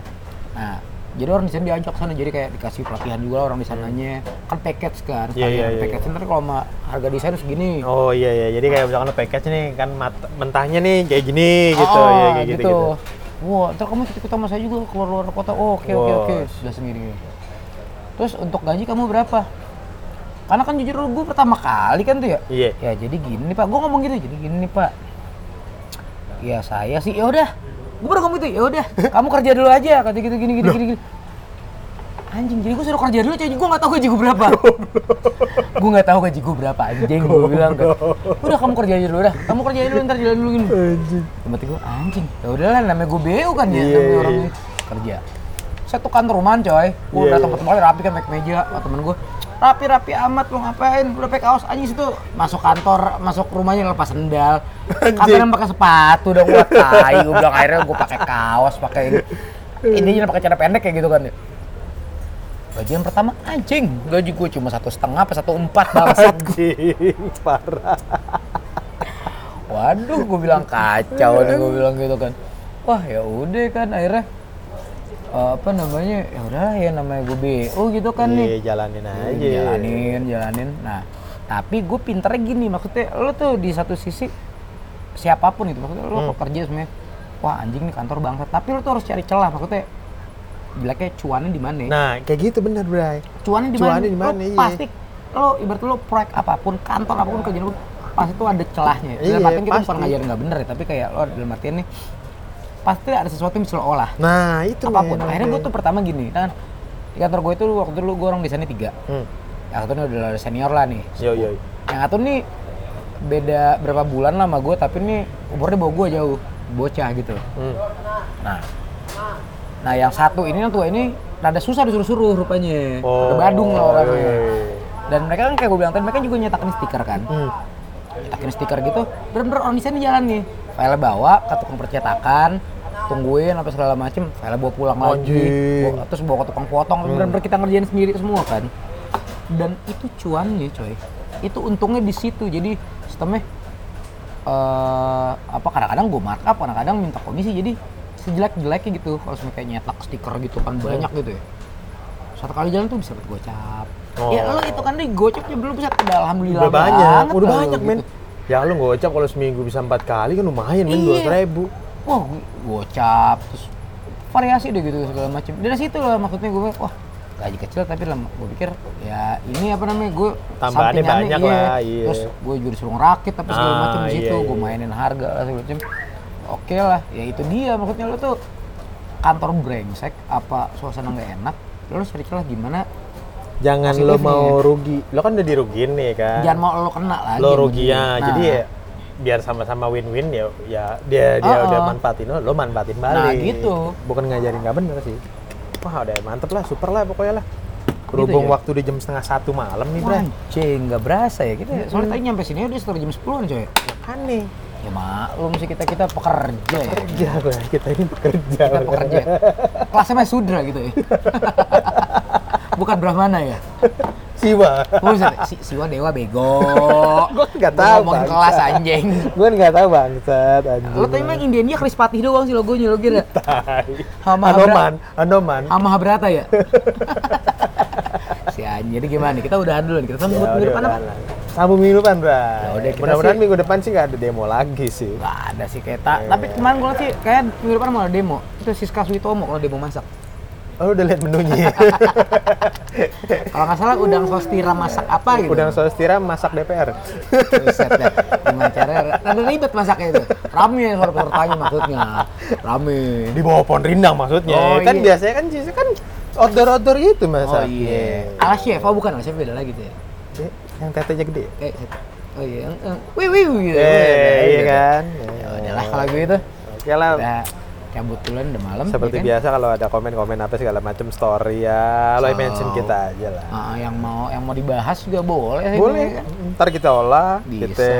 S2: Nah, jadi orang desain diajak sana, jadi kayak dikasih pelatihan juga lah orang desainannya. Kan package kan,
S1: Iya, iya,
S2: sekalian.
S1: iya,
S2: package ntar kalau sama harga desain segini.
S1: Oh iya iya, jadi kayak misalkan lo package nih kan mat- mentahnya nih kayak gini gitu ya kayak gitu, gitu.
S2: Ah, Wah, ntar kamu ikut ikut sama saya juga keluar luar kota. Oh, oke oke
S1: Wah.
S2: oke. Sudah sendiri. Terus untuk gaji kamu berapa? Karena kan jujur gue pertama kali kan tuh ya.
S1: Iya.
S2: Ya jadi gini nih pak, gue ngomong gitu. Jadi gini nih pak. Ya saya sih, ya udah. Gue baru ngomong itu, ya udah. Kamu kerja dulu aja. Kata gitu gini gini gini. gini. Anjing, jadi gue suruh kerja dulu, jadi gue gak tahu gaji gue berapa. gue gak tahu gaji gue berapa, anjing. Gue bilang kan, udah kamu kerja aja dulu, udah. Kamu kerja aja dulu, ntar jalan dulu gini.
S1: Anjing.
S2: Berarti gue anjing. Ya udahlah namanya gue BU kan ya,
S1: Iya,
S2: namanya
S1: iya,
S2: orang
S1: iya.
S2: kerja. Satu kantor rumahan coy. Gue
S1: Iya,
S2: datang
S1: iya.
S2: pertama kali rapi kan naik meja, sama temen gue rapi-rapi amat lu ngapain udah pakai kaos anjing situ masuk kantor masuk rumahnya lepas sendal kantornya pakai sepatu udah gua tai gue bilang akhirnya gue pakai kaos pakai ini intinya pakai cara pendek kayak gitu kan ya gaji yang pertama anjing gaji gue cuma satu setengah apa satu empat bangsat
S1: Anjing, parah.
S2: Waduh, gue bilang kacau nih, gue bilang gitu kan. Wah, ya udah kan akhirnya eh, apa namanya? Ya udah ya namanya gue BO gitu kan
S1: Iya,
S2: nih.
S1: jalanin aja.
S2: Jalanin, jalanin. Nah, tapi gue pinternya gini, maksudnya lo tuh di satu sisi siapapun itu, maksudnya
S1: Hmm.
S2: lo kalau kerja sebenarnya, wah anjing nih kantor bangsa. Tapi lo tuh harus cari celah, maksudnya bilangnya cuannya di mana?
S1: Nah, kayak gitu bener, Bray.
S2: cuannya di mana?
S1: Cuannya di mana,
S2: Lo
S1: iya.
S2: Pasti lo ibarat lo proyek apapun, kantor apapun kerjaan lo pasti tuh ada celahnya. Dalam
S1: Iya,
S2: artian kita bukan
S1: pasti.
S2: ngajarin nggak bener ya, tapi kayak lo dalam artian nih pasti ada sesuatu yang bisa lo olah
S1: Nah, itu
S2: apapun.
S1: men,
S2: Akhirnya gue
S1: men.
S2: tuh pertama gini kan di kantor gue itu waktu dulu gue orang desainnya tiga.
S1: Hmm.
S2: Yang satu ini udah senior lah nih.
S1: Yo yo.
S2: Yang satu nih beda berapa bulan lah sama gue tapi nih umurnya bawa gue jauh bocah gitu.
S1: Hmm.
S2: Nah, nah yang satu ini yang tua ini rada susah disuruh-suruh rupanya. Rada badung lah
S1: Oh,
S2: orangnya.
S1: iya, iya, iya.
S2: Dan mereka kan kayak gue bilang tadi, mereka juga nyetakin stiker kan.
S1: Hmm.
S2: Nyetakin stiker gitu, bener-bener orang desain di jalan nih. File bawa ke tukang percetakan, tungguin apa segala macem, file bawa pulang lagi,
S1: Anjing.
S2: bawa- terus bawa ke tukang potong, bener-bener kita ngerjain sendiri semua kan. Dan itu cuannya coy, itu untungnya di situ. Jadi sistemnya eh apa kadang-kadang gue markup, kadang-kadang minta komisi. Jadi sejelek-jeleknya gitu, kalau misalnya kayak nyetak stiker gitu kan
S1: Iya.
S2: banyak gitu ya satu kali jalan tuh bisa dapat gocap.
S1: Oh.
S2: Ya lo itu kan deh gocapnya belum bisa udah alhamdulillah.
S1: Udah banyak,
S2: banget
S1: udah
S2: lah lo
S1: banyak, men.
S2: gitu.
S1: Ya lu gocap kalau seminggu bisa empat kali kan lumayan, men,
S2: Iya.
S1: dua ribu.
S2: Wah, gue- gocap terus variasi deh gitu segala macam. Dari situ lah maksudnya gue wah gaji kecil tapi dalam gue pikir ya ini apa namanya gue
S1: Tambahannya
S2: sampingannya,
S1: banyak lah, iya.
S2: terus gue juga disuruh ngerakit tapi segala
S1: Ah,
S2: macam di situ
S1: iya, iya.
S2: gue mainin harga lah segala macam oke lah ya itu dia maksudnya lo tuh kantor brengsek apa suasana nggak enak lo harus cari celah gimana
S1: Jangan
S2: Positif
S1: lo
S2: nih
S1: mau rugi. Lo kan udah dirugiin nih kan.
S2: jangan mau lo kena lagi
S1: lo
S2: yang
S1: rugi ya.
S2: begini.
S1: Jadi
S2: Nah.
S1: ya biar sama-sama win-win ya ya dia dia
S2: Oh,
S1: udah
S2: oh.
S1: manfaatin lo, lo manfaatin balik.
S2: gitu.
S1: Bukan ngajarin nggak bener sih. Wah udah mantep lah, super lah pokoknya lah.
S2: Gitu
S1: Berhubung
S2: ya?
S1: waktu di jam setengah satu malam nih, Bray.
S2: Anjing, nggak berasa ya kita. Soalnya tadi nyampe sini udah sekitar jam 10 coy.
S1: Aneh.
S2: Ya maklum sih kita kita pekerja ya.
S1: Kerja, Bray. Kita ini kan. pekerja.
S2: Kita
S1: Bray.
S2: pekerja. Kelasnya mah sudra gitu ya. *laughs* Bukan Brahmana ya.
S1: *laughs* Siwa.
S2: Buset, si, siwa dewa bego.
S1: Gua nggak
S2: *laughs* Gua
S1: tahu,
S2: Ngomongin
S1: bangsa.
S2: kelas anjing.
S1: gue nggak tahu bangsat anjing.
S2: *laughs* Lo tadi emang Indian dia Chris Patih doang sih logonya lo kira.
S1: Tai.
S2: Sama
S1: Anoman, Anoman.
S2: *laughs* Sama Habrata ya? anjing. Jadi gimana nih? Kita udahan dulu nih. Kita sambut
S1: Ya,
S2: minggu depan apa?
S1: Sambung minggu depan, Bra.
S2: Ya udah, kita
S1: Mudah-mudahan
S2: sih-
S1: minggu depan sih nggak ada demo lagi sih.
S2: Gak ada sih kayak tak. Tapi kemarin gue sih kayak minggu depan mau ada demo. Itu Siska Suitomo kalau demo masak.
S1: Oh, udah lihat menunya.
S2: Kalau nggak salah udang sostira masak apa *laughs* gitu.
S1: Udang sostira masak DPR.
S2: Buset dah. Gimana caranya? Rada ribet masaknya itu. Rame suara pesertanya maksudnya. Rame.
S3: Di bawah pohon rindang maksudnya.
S2: Oh,
S1: kan
S2: iya.
S1: biasanya kan sih kan outdoor-outdoor gitu, itu
S2: Oh
S1: masak.
S2: iya. Ala chef, oh bukan ala chef beda lagi tuh ya.
S1: Eh, Yang tetenya gede.
S2: Kayak Oh iya, yang- yang wih wih wih, gitu.
S1: Eh, iya kan?
S2: Ya udahlah kalau gitu.
S1: Oke lah.
S2: Kita cabut duluan udah malam. ya
S1: Seperti
S2: kan?
S1: biasa kalau ada komen-komen apa segala macam story ya, lo
S2: So.
S1: mention kita aja lah.
S2: Ah, yang mau yang mau dibahas juga boleh. kan?
S1: Boleh. Ntar kita olah,
S2: Iya, Bisa.
S1: kita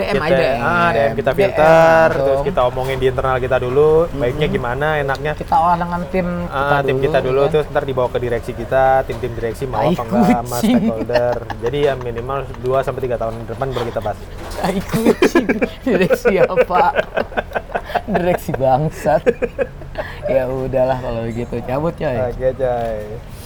S2: DM
S1: kita,
S2: aja, DM.
S1: ah, DM kita
S2: DM
S1: filter,
S2: langsung.
S1: terus kita omongin di internal kita dulu, baiknya gimana, enaknya.
S2: Kita olah dengan tim
S1: Ah, tim kita dulu,
S2: ya kan?
S1: terus ntar dibawa ke direksi kita, tim-tim direksi mau
S2: Tai
S1: apa enggak sama
S2: kucing.
S1: stakeholder. Jadi ya minimal 2 sampai 3 tahun depan baru kita bahas.
S2: Tai kucing. Ah, Direksi apa?
S1: *laughs*
S2: Direksi bangsat. ya udahlah kalau begitu cabut coy.
S1: Oke, coy.